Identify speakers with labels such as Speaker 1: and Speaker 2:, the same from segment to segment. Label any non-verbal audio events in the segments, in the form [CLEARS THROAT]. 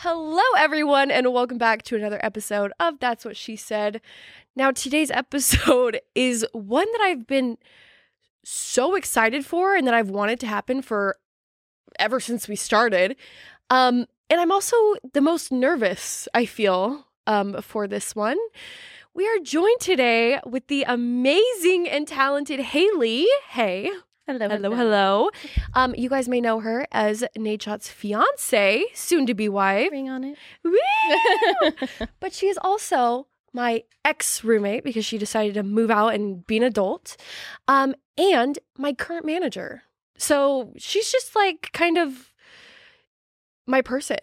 Speaker 1: Hello, everyone, and welcome back to another episode of That's What She Said. Now, today's [LAUGHS] episode is one that I've been so excited for and that I've wanted to happen for ever since we started. Um, and I'm also the most nervous, I feel, um, for this one. We are joined today with the amazing and talented Haley. Hey.
Speaker 2: Hello,
Speaker 1: Hello, hello. Um, you guys may know her as Nate Shot's fiance, soon to be wife.
Speaker 2: Ring on it.
Speaker 1: Woo! but she is also my ex roommate because she decided to move out and be an adult, um, and my current manager. So she's just like kind of my person.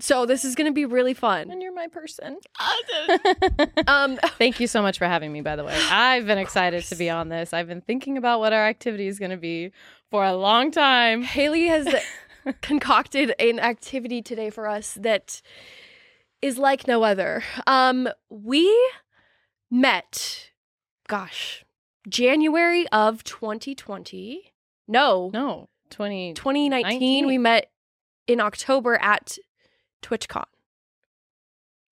Speaker 1: So this is going to be really fun.
Speaker 2: [LAUGHS] and you're
Speaker 1: [LAUGHS]
Speaker 2: my person.
Speaker 1: Um,
Speaker 2: Thank you so much for having me, by the way. I've been excited to be on this. I've been thinking about what our activity is going to be for a long time.
Speaker 1: Mm-hmm. Haley
Speaker 2: [LAUGHS]
Speaker 1: has concocted an activity today for us that is like no other. Um, we met, gosh, January of 2020. No,
Speaker 2: No, 20.
Speaker 1: 2019.
Speaker 2: 19.
Speaker 1: We met in October at TwitchCon.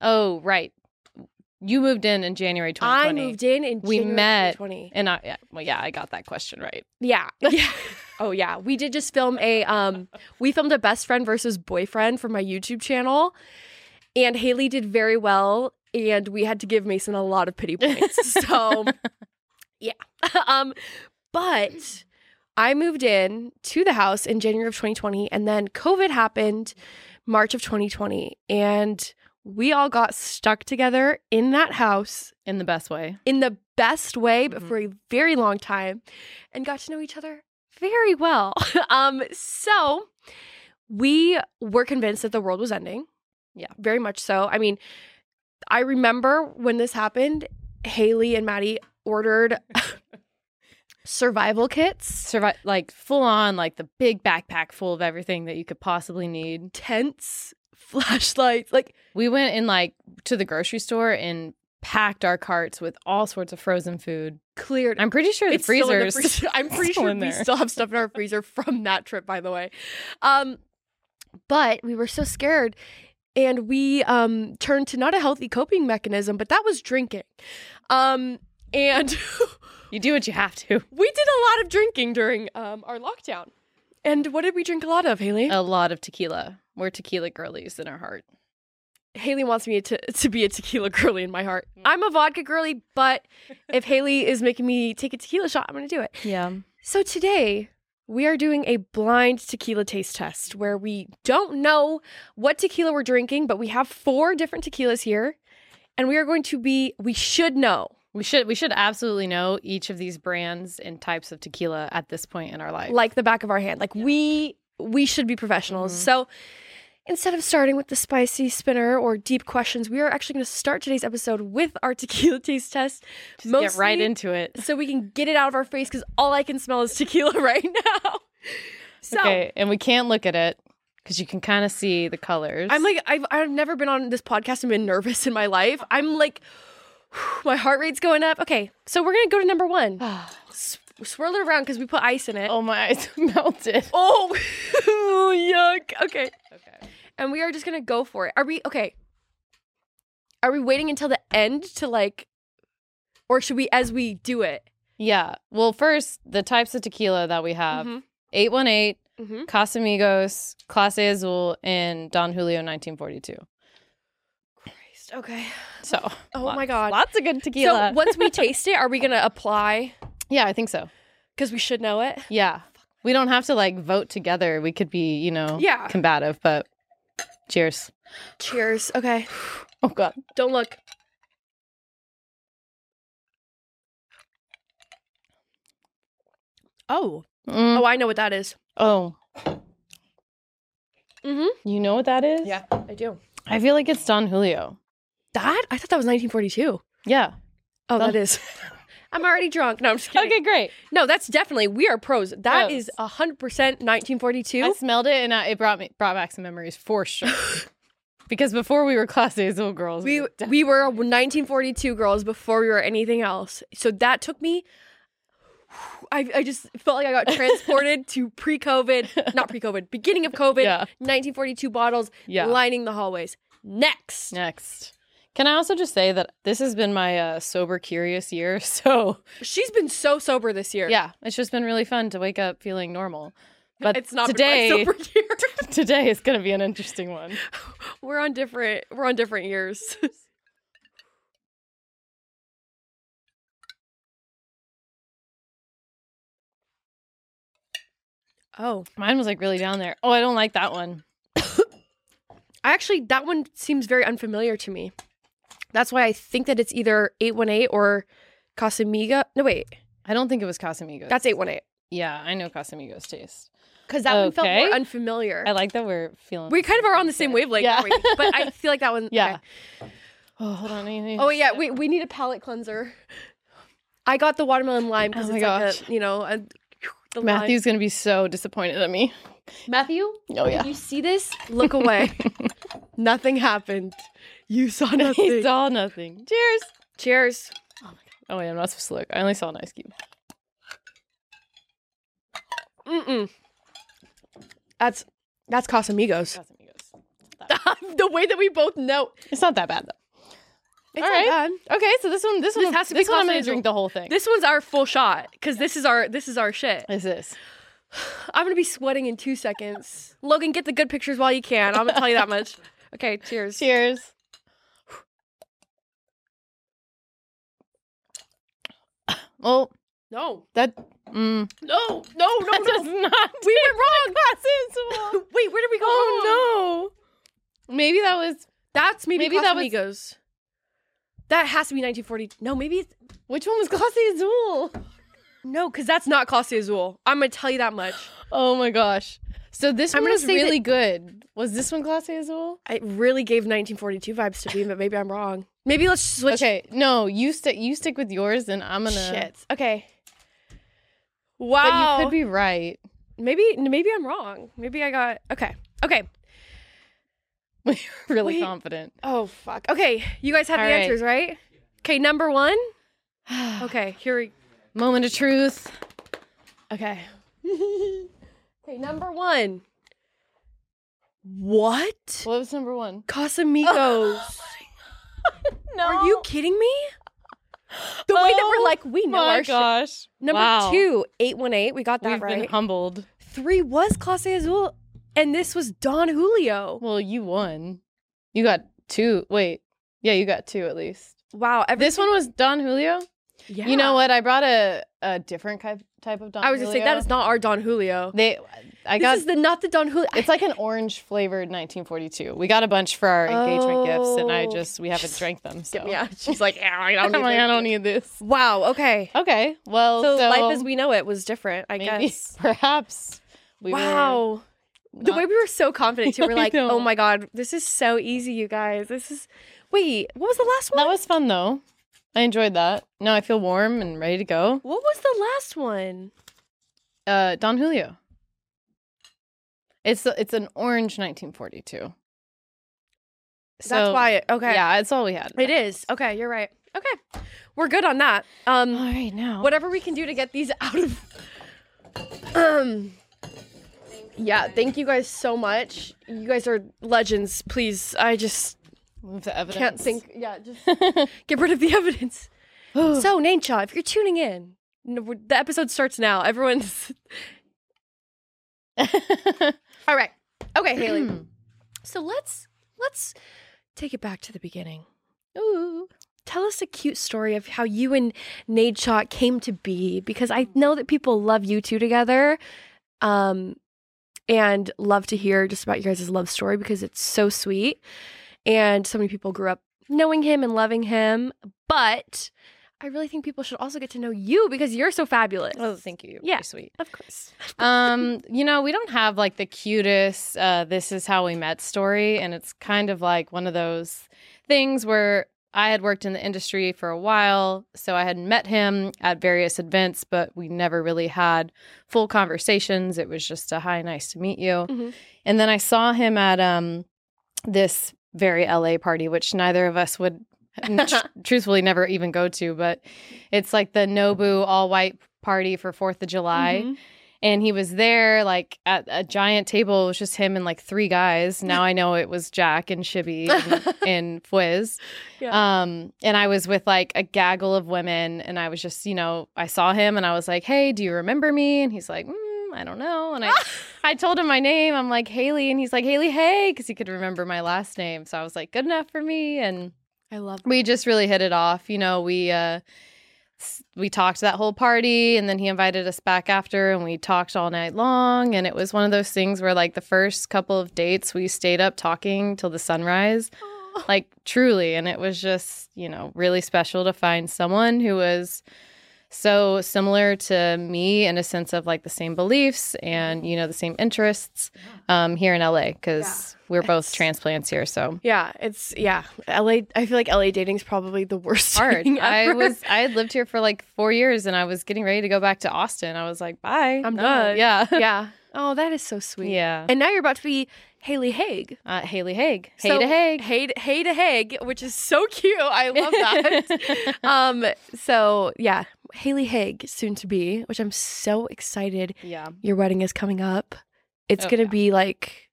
Speaker 2: Oh, right. You moved in in January 2020.
Speaker 1: I moved in in
Speaker 2: We
Speaker 1: January
Speaker 2: met
Speaker 1: 2020.
Speaker 2: And I, yeah, well, yeah, I got that question right.
Speaker 1: Yeah. yeah. Oh yeah, we did just film a um we filmed a best friend versus boyfriend for my YouTube channel and Haley did very well and we had to give Mason a lot of pity points. So yeah. [LAUGHS] um but I moved in to the house in January of 2020 and then COVID happened March of 2020 and we all got stuck together in that house
Speaker 2: In the best way.
Speaker 1: in the best way, but
Speaker 2: Mhm.
Speaker 1: for a very long time, and got to know each other very well. [LAUGHS] um, so we were convinced that the world was ending.
Speaker 2: Yeah.
Speaker 1: very much so. I mean, I remember when this happened, Haley and Maddie ordered survival kits,
Speaker 2: Survive, like full on, like the big backpack full of everything that you could possibly need.
Speaker 1: tents, [LAUGHS] flashlights, like
Speaker 2: We went in like to the grocery store and packed our carts with all sorts of frozen food.
Speaker 1: cleared.
Speaker 2: I'm pretty sure the
Speaker 1: It's still in the
Speaker 2: freezers.
Speaker 1: freezer. I'm pretty
Speaker 2: still
Speaker 1: sure
Speaker 2: in
Speaker 1: we
Speaker 2: there.
Speaker 1: still have stuff in our freezer from that trip, by the way. Um, but we were so scared, and we um, turned to not a healthy coping mechanism, but that was drinking. Um, and
Speaker 2: [LAUGHS]
Speaker 1: [LAUGHS]
Speaker 2: you do what you have to.
Speaker 1: we did a lot of drinking during um, our lockdown. And what did we drink a lot of, Haley?
Speaker 2: A lot of tequila. We're tequila girlies in our heart.
Speaker 1: Haley wants me to, to be a tequila girly in my heart.
Speaker 2: Mm.
Speaker 1: I'm a vodka girly, but if Haley is making me take a tequila shot, I'm going to do it.
Speaker 2: Yeah.
Speaker 1: So today, we are doing a blind tequila taste test where we don't know what tequila we're drinking, but we have four different tequilas here. And we are going to be, we should know.
Speaker 2: We should we should absolutely know each of these brands and types of tequila at this point in our life.
Speaker 1: like the back of our hand. Like we we should be professionals.
Speaker 2: Mhm.
Speaker 1: So instead of starting with the spicy spinner or deep questions, we are actually going to start today's episode with our [LAUGHS] tequila taste test.
Speaker 2: Just get right
Speaker 1: mostly-
Speaker 2: into it.
Speaker 1: So we can get it out of our face because all I can smell is tequila [LAUGHS] right now. So
Speaker 2: okay, and we can't look at it because you can kind of see the colors.
Speaker 1: I'm like I've I've never been on this podcast and been nervous in my life. I'm like [SIGHS] my heart rate's going up. Okay, so we're gonna go to number
Speaker 2: [SIGHS]
Speaker 1: one. S- swirl it around because we put ice in it.
Speaker 2: oh my [LAUGHS] eyes melted.
Speaker 1: Oh, [LAUGHS] yuck. Okay,
Speaker 2: Okay.
Speaker 1: and we are just gonna go for it. Are we okay? Are we waiting until the end to like, or should we as we do it?
Speaker 2: Yeah. Well, first the types of tequila that we have:
Speaker 1: Mhm.
Speaker 2: eight one eight,
Speaker 1: Mhm.
Speaker 2: Casamigos, Clase Azul, and Don Julio 1942.
Speaker 1: Christ. Okay.
Speaker 2: So,
Speaker 1: Oh
Speaker 2: lots-
Speaker 1: my god.
Speaker 2: lots of good tequila.
Speaker 1: So
Speaker 2: [LAUGHS]
Speaker 1: once we taste it, are we gonna apply?
Speaker 2: yeah, I think so.
Speaker 1: Because we should know it.
Speaker 2: Yeah, we don't have to like vote together. We could be, you know,
Speaker 1: Yeah.
Speaker 2: combative. But cheers.
Speaker 1: Cheers. Okay.
Speaker 2: Oh god,
Speaker 1: Don't look. Oh.
Speaker 2: Mm.
Speaker 1: Oh, I know what that is.
Speaker 2: oh,
Speaker 1: Mm-hmm.
Speaker 2: you know what that is?
Speaker 1: I do.
Speaker 2: I feel like it's Don Julio.
Speaker 1: That? I thought that was 1942.
Speaker 2: Yeah.
Speaker 1: Oh,
Speaker 2: That-
Speaker 1: that is. [LAUGHS] I'm already drunk. No, I'm just kidding.
Speaker 2: Okay, great.
Speaker 1: No, that's definitely we are pros. That
Speaker 2: Pros.
Speaker 1: is a 100% 1942.
Speaker 2: I smelled it and uh, it brought me brought back some memories for
Speaker 1: [LAUGHS]
Speaker 2: sure. because before we were class Azul girls,
Speaker 1: we
Speaker 2: [LAUGHS] were def-
Speaker 1: we were 1942 girls before we were anything else. So that took me [SIGHS] I, I just felt like I got
Speaker 2: [LAUGHS]
Speaker 1: transported to pre COVID, not pre COVID, beginning of COVID,
Speaker 2: Yeah.
Speaker 1: 1942 bottles
Speaker 2: Yeah.
Speaker 1: lining the hallways. Next.
Speaker 2: Next. Can I also just say that this has been my uh, sober curious year? [LAUGHS] So,
Speaker 1: She's been so sober this year.
Speaker 2: yeah, it's just been really fun to wake up feeling normal. But
Speaker 1: It's not
Speaker 2: today,
Speaker 1: been my sober [LAUGHS] year.
Speaker 2: [LAUGHS] today is going to be an interesting one.
Speaker 1: we're on different we're on different years. [LAUGHS] oh.
Speaker 2: Mine was like really down there. Oh, I don't like that one.
Speaker 1: I actually that one seems very unfamiliar to me. That's why I think that it's either 818 or Casamiga. No wait,
Speaker 2: I don't think it was Casamigos.
Speaker 1: that's 818
Speaker 2: Yeah, I know Casamigos taste.
Speaker 1: cuz that one felt
Speaker 2: Okay.
Speaker 1: more unfamiliar.
Speaker 2: I like that we're feeling.
Speaker 1: we kind of are on the same wavelength,
Speaker 2: Yeah.
Speaker 1: aren't we? but I feel like that
Speaker 2: [LAUGHS]
Speaker 1: one
Speaker 2: Yeah.
Speaker 1: okay.
Speaker 2: Oh, hold on. I need-
Speaker 1: Oh yeah, we we need a palate cleanser. I got the watermelon lime cuz
Speaker 2: Oh my
Speaker 1: it's
Speaker 2: gosh.
Speaker 1: like a, you know, a, the lime.
Speaker 2: Matthew's going to be so disappointed at me.
Speaker 1: Matthew,
Speaker 2: Oh,
Speaker 1: If [LAUGHS]
Speaker 2: yeah.
Speaker 1: you see this,
Speaker 2: [LAUGHS]
Speaker 1: look away. nothing happened. You
Speaker 2: [LAUGHS]
Speaker 1: saw nothing.
Speaker 2: He saw nothing. Cheers.
Speaker 1: Cheers.
Speaker 2: Oh, wait, I'm not supposed to look. I only saw an ice cube.
Speaker 1: Mm-mm. That's that's Casamigos. [LAUGHS]
Speaker 2: Casamigos.
Speaker 1: the way that we both know.
Speaker 2: It's not that bad, though.
Speaker 1: It's
Speaker 2: All
Speaker 1: not
Speaker 2: right.
Speaker 1: bad.
Speaker 2: Okay, so this one, this,
Speaker 1: This
Speaker 2: one
Speaker 1: has to be
Speaker 2: this one. I'm
Speaker 1: Casa
Speaker 2: gonna
Speaker 1: Azul.
Speaker 2: drink the whole thing.
Speaker 1: This one's our full shot because this is our this is our shit.
Speaker 2: This is
Speaker 1: I'm gonna be sweating in two seconds. [LAUGHS] Logan, get the good pictures while you can. I'm gonna tell you that much. [LAUGHS] Okay, cheers.
Speaker 2: cheers. [SIGHS] Oh,
Speaker 1: No,
Speaker 2: that mm,
Speaker 1: no, no, no,
Speaker 2: that does
Speaker 1: no.
Speaker 2: [LAUGHS] not.
Speaker 1: We went wrong.
Speaker 2: [LAUGHS] Sensible.
Speaker 1: [GASPS] Wait, where did we go? wrong?
Speaker 2: Oh no! Maybe that was
Speaker 1: That's maybe,
Speaker 2: Maybe that was-
Speaker 1: Casamigos. That has to be 1940. No, maybe it's
Speaker 2: which one was Glossy Azul?
Speaker 1: No, because that's not Costa Azul. I'm gonna tell you that much.
Speaker 2: Oh my gosh! So this
Speaker 1: I'm
Speaker 2: one
Speaker 1: gonna
Speaker 2: was
Speaker 1: say that-
Speaker 2: really good. Was this one Glossy Azul?
Speaker 1: [GASPS] It really gave 1942 vibes to me, but maybe I'm wrong. Maybe let's switch.
Speaker 2: Okay, no, you stick. You stick with yours, and I'm gonna.
Speaker 1: Shit. Okay.
Speaker 2: But
Speaker 1: Wow.
Speaker 2: you could be right. [LAUGHS]
Speaker 1: maybe maybe I'm wrong. Maybe I got okay. Okay.
Speaker 2: We're really
Speaker 1: Wait.
Speaker 2: confident.
Speaker 1: Oh fuck. Okay, you guys have
Speaker 2: All
Speaker 1: the
Speaker 2: right.
Speaker 1: answers, right? Okay, number one. Okay, here we.
Speaker 2: Moment of truth.
Speaker 1: Okay. okay, number one. What?
Speaker 2: What was number one?
Speaker 1: Casamigos.
Speaker 2: No.
Speaker 1: Are you kidding me? The way that
Speaker 2: Oh
Speaker 1: we're like, we know
Speaker 2: my
Speaker 1: our shit.
Speaker 2: gosh.
Speaker 1: Number
Speaker 2: Wow.
Speaker 1: two, 818. We got that
Speaker 2: We've been
Speaker 1: right.
Speaker 2: humbled.
Speaker 1: Three was Clase Azul, and this was Don Julio.
Speaker 2: Well, you won. You got two. Wait. Yeah, you got two at least.
Speaker 1: Wow. Every,
Speaker 2: This one was Don Julio.
Speaker 1: yeah.
Speaker 2: You know what? I brought a, a different type type of Don.
Speaker 1: I was going to say, that is not our Don Julio.
Speaker 2: They, I
Speaker 1: this
Speaker 2: got.
Speaker 1: is the not the Don Julio.
Speaker 2: it's [LAUGHS] like an orange flavored 1942. We got a bunch for our engagement gifts, and I
Speaker 1: Oh.
Speaker 2: just we haven't drank them. So [LAUGHS]
Speaker 1: yeah. She's like, "Ah, I don't
Speaker 2: I'm
Speaker 1: need
Speaker 2: like, I
Speaker 1: this."
Speaker 2: don't need this.
Speaker 1: Wow. Okay.
Speaker 2: Okay. Well,
Speaker 1: So,
Speaker 2: so,
Speaker 1: life as we know it was different, I
Speaker 2: maybe,
Speaker 1: guess.
Speaker 2: [LAUGHS] perhaps. We Were
Speaker 1: wow. the
Speaker 2: not-
Speaker 1: way we were so confident too, we're
Speaker 2: [LAUGHS] I
Speaker 1: like,
Speaker 2: know.
Speaker 1: oh my god, this is so easy, you guys. This is. Wait, what was the last one?
Speaker 2: That was fun though. I enjoyed that. Now I feel warm and ready to go.
Speaker 1: What was the last one?
Speaker 2: Uh, Don Julio. It's it's an orange 1942.
Speaker 1: That's why. Okay.
Speaker 2: Yeah, it's all we had.
Speaker 1: It is. Okay, you're right. Okay. We're good on that. Um
Speaker 2: All right now.
Speaker 1: whatever we can do to get these [LAUGHS] out of um yeah, thank you guys so much. You guys are legends. Please, I just
Speaker 2: Move the evidence.
Speaker 1: can't
Speaker 2: [LAUGHS]
Speaker 1: think. [LAUGHS] Yeah, just get rid of the evidence. so, Naincha, if you're tuning in, no, we're- the episode starts now. Everyone's all right. Okay, Haley. [CLEARS THROAT] so let's let's take it back to the beginning.
Speaker 2: [LAUGHS] Ooh.
Speaker 1: Tell us a cute story of how you and Nade Shot came to be because I know that people love you two together um, and love to hear just about your guys' love story because it's so sweet. And so many people grew up knowing him and loving him. But I really think people should also get to know you because you're so fabulous.
Speaker 2: Oh, thank you. You're
Speaker 1: Yeah.
Speaker 2: pretty sweet.
Speaker 1: Of course.
Speaker 2: Um, you know, we don't have like the cutest uh this is how we met story and it's kind of like one of those things where I had worked in the industry for a while, so I had met him at various events, but we never really had full conversations. It was just a hi, nice to meet you.
Speaker 1: Mhm.
Speaker 2: And then I saw him at um this very LA party, which neither of us would n- tr- truthfully never even go to, but it's like the Nobu all white party for Fourth of July.
Speaker 1: Mm-hmm.
Speaker 2: and he was there like at a giant table. It was just him and like three guys. Now I know it was Jack and Shibby and, and Fwiz.
Speaker 1: Yeah.
Speaker 2: Um, and I was with like a gaggle of women, and I was just you know I saw him and I was like, hey, do you remember me? And he's like. Mm, I don't know. And I, I told him my name. I'm like, Haley. And he's like, Haley, hey, because he could remember my last name. So I was like, good enough for me. And
Speaker 1: I love
Speaker 2: we just really hit it off you know we uh s- we talked that whole party and then he invited us back after and we talked all night long and it was one of those things where like the first couple of dates we stayed up talking till the sunrise like truly and it was just you know really special to find someone who was so similar to me in a sense of like the same beliefs and you know the same interests um here in LA cuz we're both
Speaker 1: It's-
Speaker 2: transplants here so
Speaker 1: Yeah, it's yeah. LA I feel like LA dating's probably the
Speaker 2: [LAUGHS]
Speaker 1: worst
Speaker 2: hard.
Speaker 1: thing
Speaker 2: I
Speaker 1: ever.
Speaker 2: was I had lived here for like four years, and I was getting ready to go back to Austin. I was like, bye,
Speaker 1: I'm
Speaker 2: No.
Speaker 1: done.
Speaker 2: Yeah,
Speaker 1: [LAUGHS] [LAUGHS]
Speaker 2: [LAUGHS]
Speaker 1: Yeah. Oh, that is so sweet.
Speaker 2: yeah.
Speaker 1: [LAUGHS] And now you're about to be Haley Haig.
Speaker 2: Uh, Haley Haig, hey
Speaker 1: So-
Speaker 2: to Haig.
Speaker 1: Hey, to- hey to Haig, which is so cute. I love
Speaker 2: [LAUGHS]
Speaker 1: that. [LAUGHS] um, so yeah, Haley Haig, soon to be, which I'm so excited.
Speaker 2: yeah,
Speaker 1: Your wedding is coming up. It's
Speaker 2: Oh,
Speaker 1: gonna
Speaker 2: yeah.
Speaker 1: be like,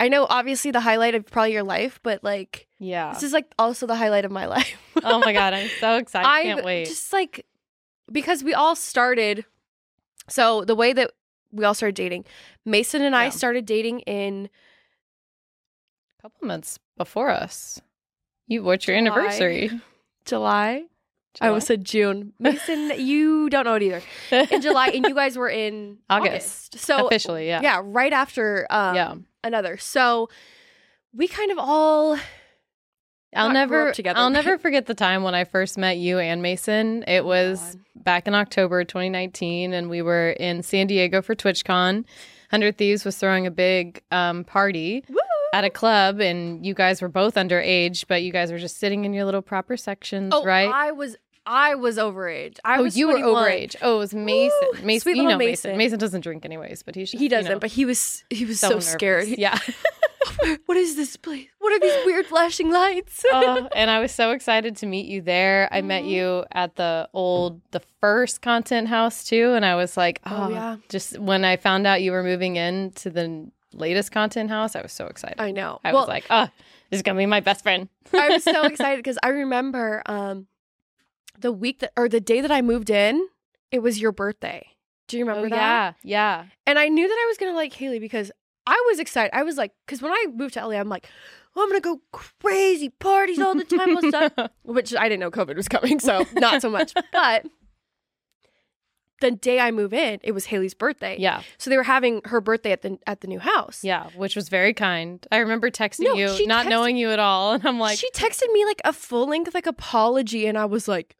Speaker 1: I know, obviously the highlight of probably your life, but like
Speaker 2: yeah.
Speaker 1: this is like also the highlight of my [LAUGHS] life.
Speaker 2: oh my god, I'm
Speaker 1: [LAUGHS]
Speaker 2: so excited. I can't
Speaker 1: I've
Speaker 2: wait.
Speaker 1: Just like because we all started. So the way that we all started dating, Mason and I
Speaker 2: Yeah.
Speaker 1: started dating in
Speaker 2: a couple months before us, you what's your
Speaker 1: July.
Speaker 2: anniversary?
Speaker 1: July. I almost said June. Mason, you don't know it either.
Speaker 2: July? [LAUGHS]
Speaker 1: In July, and you guys were in
Speaker 2: August.
Speaker 1: August. So
Speaker 2: officially, yeah,
Speaker 1: yeah, right after um,
Speaker 2: yeah.
Speaker 1: another. So we kind of all
Speaker 2: I'll
Speaker 1: not grew
Speaker 2: never
Speaker 1: up together. [LAUGHS]
Speaker 2: I'll never forget the time when I first met you and Mason.
Speaker 1: Oh
Speaker 2: It was back in October 2019 and we were in San Diego for TwitchCon. 100 Thieves was throwing a big um, party
Speaker 1: Woo!
Speaker 2: at a club and you guys were both underage, but you guys were just sitting in your little proper sections,
Speaker 1: Oh,
Speaker 2: right?
Speaker 1: I was I was overage. I
Speaker 2: oh,
Speaker 1: was
Speaker 2: you were
Speaker 1: 21.
Speaker 2: overage. Oh, it was Mason.
Speaker 1: Woo!
Speaker 2: Mason,
Speaker 1: Sweet
Speaker 2: you
Speaker 1: little
Speaker 2: know Mason.
Speaker 1: Mason.
Speaker 2: Mason doesn't drink anyways, but he should,
Speaker 1: He
Speaker 2: you
Speaker 1: doesn't,
Speaker 2: know,
Speaker 1: but he was he was so,
Speaker 2: nervous.
Speaker 1: scared.
Speaker 2: Yeah.
Speaker 1: [LAUGHS] what is this place? What are these weird flashing
Speaker 2: [LAUGHS]
Speaker 1: lights?
Speaker 2: oh, and I was so excited to meet you there. I met you at the old, the first content house too, and I was like, oh,
Speaker 1: Oh, yeah.
Speaker 2: Just when I found out you were moving in to the n- latest content house, I was so excited. I,
Speaker 1: I know.
Speaker 2: was like, oh, this is gonna be my best friend.
Speaker 1: I was
Speaker 2: [LAUGHS]
Speaker 1: so excited because I remember um, the week that or the day that I moved in, it was your birthday. Do you remember
Speaker 2: oh,
Speaker 1: that?
Speaker 2: yeah, yeah.
Speaker 1: And I knew that I was gonna like Haley because I was excited. I was like, because when I moved to LA, I'm like, oh, I'm gonna go crazy parties all the time. all this
Speaker 2: [LAUGHS]
Speaker 1: stuff. Which I didn't know COVID was coming, so not so much. But the day I move in, it was Haley's birthday.
Speaker 2: yeah,
Speaker 1: So they were having her birthday at the at the new house.
Speaker 2: yeah, which was very kind. I remember texting
Speaker 1: No,
Speaker 2: you,
Speaker 1: she
Speaker 2: not
Speaker 1: texted-
Speaker 2: knowing you at all, and I'm like,
Speaker 1: she texted me like a full length like apology, and I was like,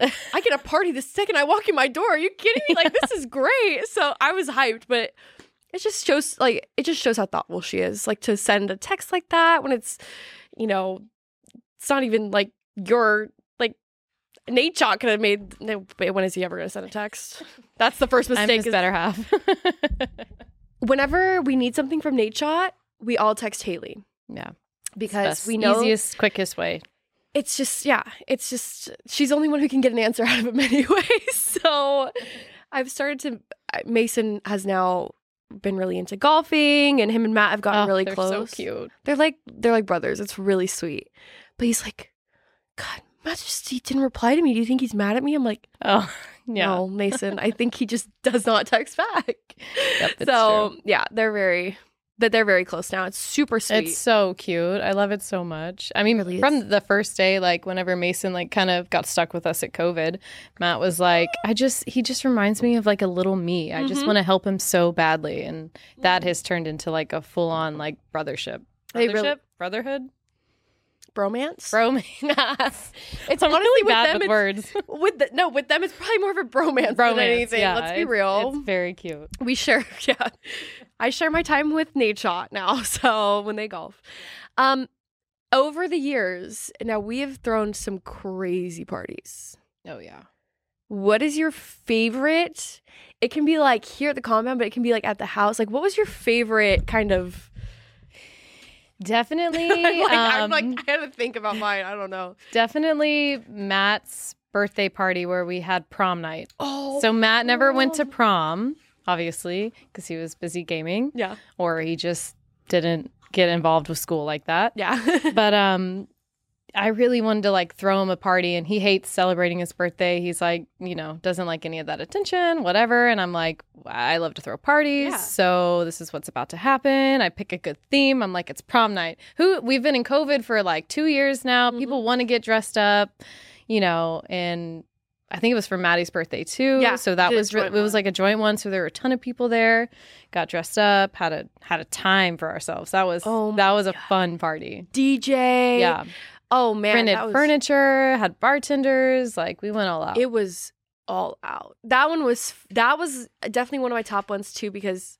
Speaker 1: I get a party the second I walk in my door. Are you kidding me? Like
Speaker 2: [LAUGHS]
Speaker 1: this is great. So I was hyped, but it just shows like it just shows how thoughtful she is. Like to send a text like that when it's you know it's not even like your like Nate Chalk could have made. no, but When is he ever going to send a text? That's the
Speaker 2: [LAUGHS]
Speaker 1: first
Speaker 2: I'm
Speaker 1: mistake.
Speaker 2: his
Speaker 1: is- [LAUGHS]
Speaker 2: better half. [LAUGHS]
Speaker 1: Whenever we need something from Nate Shot, we all text Haley
Speaker 2: yeah,
Speaker 1: because
Speaker 2: best,
Speaker 1: we know
Speaker 2: easiest, quickest way.
Speaker 1: it's just yeah it's just she's the only one who can get an answer [LAUGHS] out of him anyway so i've started to mason has now been really into golfing and him and matt have gotten
Speaker 2: Oh,
Speaker 1: really
Speaker 2: they're
Speaker 1: close
Speaker 2: So cute.
Speaker 1: they're like they're like brothers it's really sweet but he's like god matt just he didn't reply to me do you think he's mad at me i'm like
Speaker 2: Oh, [LAUGHS] yeah.
Speaker 1: no mason i think he just [LAUGHS] does not text back
Speaker 2: Yep, it's
Speaker 1: so
Speaker 2: true.
Speaker 1: yeah they're very but they're very close now it's super sweet
Speaker 2: It's so cute. I love it so much. I mean,
Speaker 1: Really
Speaker 2: from
Speaker 1: is.
Speaker 2: the first day, like whenever Mason like kind of got stuck with us at COVID, Matt was like, "I just he just reminds me of like a little me. I just
Speaker 1: Mhm.
Speaker 2: want to help him so badly." And that has turned into like a full on like brothership,
Speaker 1: They
Speaker 2: brothership,
Speaker 1: really-
Speaker 2: brotherhood,
Speaker 1: bromance
Speaker 2: [LAUGHS] bromance.
Speaker 1: it's
Speaker 2: I'm really
Speaker 1: with
Speaker 2: bad
Speaker 1: them,
Speaker 2: with
Speaker 1: it's-
Speaker 2: [LAUGHS] words.
Speaker 1: with the, no with them it's probably more of a bromance, than anything
Speaker 2: yeah,
Speaker 1: let's be
Speaker 2: it's-
Speaker 1: real
Speaker 2: It's very cute.
Speaker 1: we share [LAUGHS] yeah i share my time with nate shot now [LAUGHS] so when they golf um over the years now we have thrown some crazy parties
Speaker 2: Oh yeah.
Speaker 1: what is your favorite it can be like here at the compound but it can be like at the house like what was your favorite kind
Speaker 2: [LAUGHS]
Speaker 1: of
Speaker 2: Definitely.
Speaker 1: I'm like,
Speaker 2: um, [LAUGHS]
Speaker 1: I'm like i had to think about mine i don't know
Speaker 2: Definitely Matt's birthday party where we had prom night.
Speaker 1: Oh.
Speaker 2: So Matt never went to prom, obviously, because he was busy gaming [LAUGHS]
Speaker 1: yeah.
Speaker 2: or he just didn't get involved with school like that.
Speaker 1: Yeah.
Speaker 2: But um I really wanted to like throw him a party and he hates celebrating his birthday. He's like, you know, doesn't like any of that attention, whatever. And I'm like, I love to throw parties.
Speaker 1: Yeah.
Speaker 2: So this is what's about to happen. I pick a good theme. I'm like, it's prom night. Who we've been in COVID for like 2 years now.
Speaker 1: Mhm.
Speaker 2: People want to get dressed up, you know, and I think it was for Maddie's birthday too.
Speaker 1: Yeah,
Speaker 2: So that
Speaker 1: did a
Speaker 2: was re- it
Speaker 1: joint
Speaker 2: was
Speaker 1: one.
Speaker 2: like a joint one. So there were a ton of people there. Got dressed up, had a had a time for ourselves. That was
Speaker 1: Oh my
Speaker 2: that was a fun party.
Speaker 1: DJ.
Speaker 2: Yeah.
Speaker 1: Oh man.
Speaker 2: Rented
Speaker 1: that was-
Speaker 2: furniture, had bartenders, like we went all out.
Speaker 1: It was all out. That one was that was definitely one of my top ones too because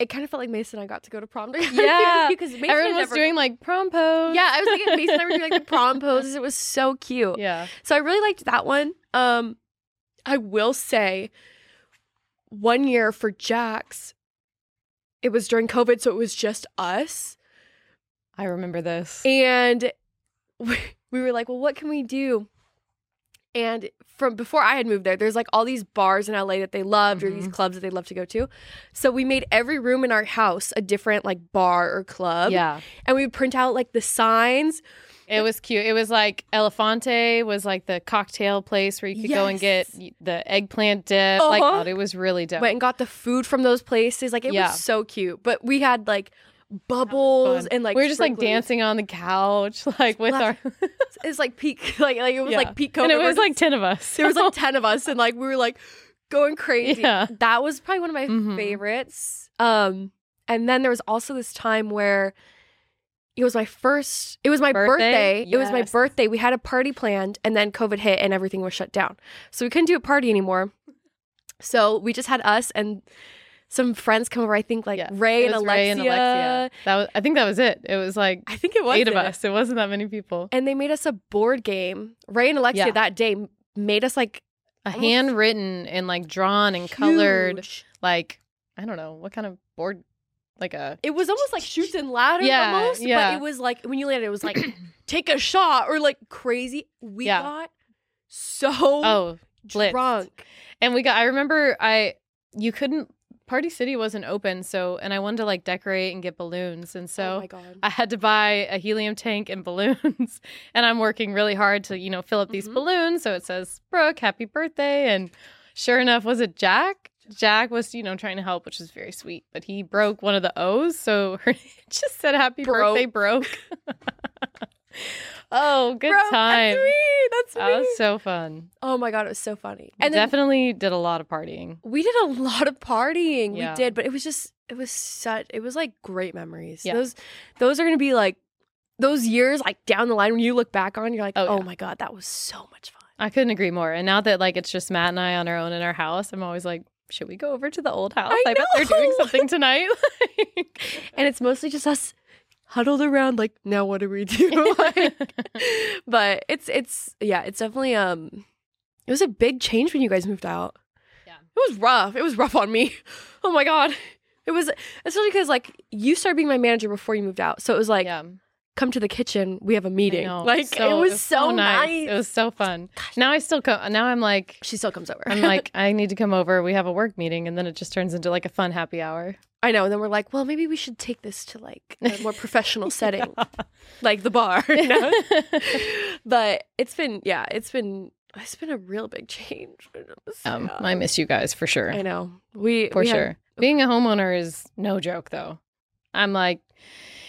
Speaker 1: it kind of felt like Mason and I got to go to prom [LAUGHS] together
Speaker 2: Yeah.
Speaker 1: because Mason
Speaker 2: Everyone
Speaker 1: had
Speaker 2: was
Speaker 1: never-
Speaker 2: doing like prom pose.
Speaker 1: Yeah, I was like Mason and I were doing like the
Speaker 2: [LAUGHS]
Speaker 1: prom poses. It was so cute.
Speaker 2: Yeah.
Speaker 1: So I really liked that one. Um, I will say, one year for Jax, it was during COVID, so it was just us,
Speaker 2: I remember this.
Speaker 1: and [LAUGHS] we, we were like, "Well, what can we do?" And from before I had moved there, there's like all these bars in LA that they loved, or
Speaker 2: Mm-hmm.
Speaker 1: these clubs that they loved to go to. So we made every room in our house a different like bar or club,
Speaker 2: yeah.
Speaker 1: and we would print out like the signs.
Speaker 2: It was cute. It was like Elefante was like the cocktail place where you could go and get
Speaker 1: Yes.
Speaker 2: the eggplant dip. Like
Speaker 1: Uh-huh.
Speaker 2: that. It was really dope.
Speaker 1: went and got the food from those places. Like it
Speaker 2: Yeah.
Speaker 1: was so cute. But we had like
Speaker 2: Fun.
Speaker 1: bubbles and like
Speaker 2: we were just like
Speaker 1: sprinklers.
Speaker 2: dancing on the couch, [LAUGHS] like with our
Speaker 1: It's like peak, [LAUGHS] like like it was
Speaker 2: Yeah.
Speaker 1: like peak.
Speaker 2: [LAUGHS] and
Speaker 1: COVID.
Speaker 2: it was
Speaker 1: We're
Speaker 2: like ten of us.
Speaker 1: just- there was like ten of us, and like we were like going crazy.
Speaker 2: [LAUGHS] Yeah.
Speaker 1: That was probably one of my
Speaker 2: Mhm.
Speaker 1: favorites. Um, and then there was also this time where. It was my first. It was my
Speaker 2: Birthday?
Speaker 1: birthday. It was my
Speaker 2: Yes.
Speaker 1: birthday. We had a party planned, and then COVID hit, and everything was shut down. So we couldn't do a party anymore. So we just had us and some friends come over. I think like
Speaker 2: Yeah.
Speaker 1: Ray,
Speaker 2: It
Speaker 1: and
Speaker 2: was Ray and Alexia. That was. I think that was it. It
Speaker 1: [LAUGHS]
Speaker 2: was like
Speaker 1: I think it was
Speaker 2: eight of
Speaker 1: it.
Speaker 2: us. It wasn't that many people.
Speaker 1: And they made us a board game. Ray and Alexia
Speaker 2: Yeah.
Speaker 1: that day m- made us like
Speaker 2: A
Speaker 1: Almost
Speaker 2: handwritten and like drawn and colored,
Speaker 1: huge-
Speaker 2: like I don't know what kind of board, like a
Speaker 1: It was almost like shoots and ladders
Speaker 2: Yeah,
Speaker 1: almost.
Speaker 2: yeah.
Speaker 1: But it was like when you landed, it was
Speaker 2: [CLEARS THROAT]
Speaker 1: like take a shot or like crazy. We
Speaker 2: Yeah.
Speaker 1: got so
Speaker 2: oh, blitzed.
Speaker 1: drunk.
Speaker 2: and we got. I remember I you couldn't. Party City wasn't open, so and I wanted to like decorate and get balloons, and so
Speaker 1: oh my god.
Speaker 2: I had to buy a helium tank and [LAUGHS] balloons, and I'm working really hard to, you know, fill up these
Speaker 1: Mhm.
Speaker 2: balloons. So it says, Brooke, happy birthday. And sure enough, was it Jack? Jack was, you know, trying to help, which was very sweet, but he broke one of the O's. So [LAUGHS] it just said, happy
Speaker 1: Broke.
Speaker 2: birthday, broke. [LAUGHS] oh, good
Speaker 1: Bro,
Speaker 2: time.
Speaker 1: That's me. That's
Speaker 2: That
Speaker 1: me.
Speaker 2: was so fun.
Speaker 1: oh my god, it was so funny.
Speaker 2: And
Speaker 1: And then
Speaker 2: Definitely did a lot of partying.
Speaker 1: we did a lot of partying.
Speaker 2: Yeah.
Speaker 1: We did, but it was just it was such it was like great memories.
Speaker 2: Yeah.
Speaker 1: Those those are gonna be like those years like down the line when you look back on, you're like,
Speaker 2: Oh,
Speaker 1: oh,
Speaker 2: yeah.
Speaker 1: my god, that was so much
Speaker 2: [LAUGHS]
Speaker 1: fun.
Speaker 2: I couldn't agree more. And now that like it's just Matt and I on our own in our house, I'm always like, should we go over to the old house? I,
Speaker 1: I
Speaker 2: bet they're doing
Speaker 1: know. [LAUGHS]
Speaker 2: something tonight. [LAUGHS] Like-
Speaker 1: And it's mostly just us huddled around like, now what do we
Speaker 2: [LAUGHS]
Speaker 1: do? Like, [LAUGHS] but it's it's yeah, it's definitely um it was a big change when you guys moved out.
Speaker 2: Yeah.
Speaker 1: It was rough. It was rough on me. [LAUGHS] Oh my god. It was especially because like you started being my manager before you moved out. So it was like
Speaker 2: yeah,
Speaker 1: come to the kitchen. We have a meeting.
Speaker 2: I know.
Speaker 1: Like
Speaker 2: So-
Speaker 1: it was so nice.
Speaker 2: It was so fun. Now I still come. Now I'm
Speaker 1: [LAUGHS]
Speaker 2: like,
Speaker 1: she still comes over.
Speaker 2: I'm like, I need to come over. We have a work meeting, and then it just turns into like a fun happy
Speaker 1: [LAUGHS]
Speaker 2: hour.
Speaker 1: I know. And then we're like, well, maybe we should take this to like a
Speaker 2: [LAUGHS]
Speaker 1: more professional setting, like the bar. [LAUGHS] you know? but it's been, yeah, it's been, it's been a real big change. [LAUGHS]
Speaker 2: um,
Speaker 1: Yeah.
Speaker 2: I miss you guys for sure.
Speaker 1: I know. We
Speaker 2: for
Speaker 1: we had-
Speaker 2: sure. Being a homeowner is no joke though. I'm like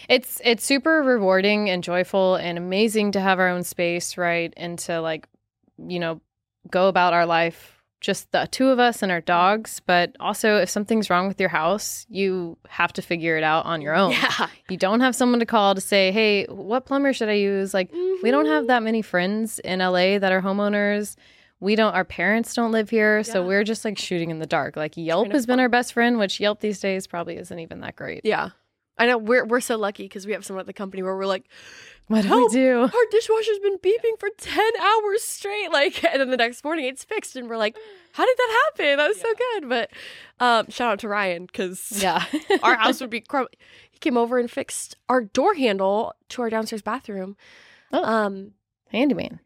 Speaker 2: it's it's super rewarding and joyful and amazing to have our own space, right? And to like, you know, go about our life just the two of us and our dogs, but also if something's wrong with your house, you have to figure it out on your own.
Speaker 1: Yeah.
Speaker 2: You don't have someone to call to say, "Hey, what plumber should I use?" Like we don't have that many friends in LA that are homeowners. We don't, our parents don't live here. So
Speaker 1: Yeah.
Speaker 2: we're just like shooting in the dark. Like Yelp
Speaker 1: to
Speaker 2: has been
Speaker 1: find-
Speaker 2: our best friend, which Yelp these days probably isn't even that great.
Speaker 1: Yeah. I know we're we're so lucky because we have someone at the company where we're like,
Speaker 2: What do
Speaker 1: Help.
Speaker 2: we
Speaker 1: [LAUGHS]
Speaker 2: do?
Speaker 1: our dishwasher's been beeping for ten hours straight, like, [LAUGHS] and then the next morning it's fixed, and we're like, how did that happen? That was so good. But um, shout out to Ryan because
Speaker 2: Yeah.
Speaker 1: [LAUGHS] our house would be crumb. He came over and fixed our door handle to our downstairs bathroom.
Speaker 2: Oh.
Speaker 1: Um,
Speaker 2: [LAUGHS] Handyman.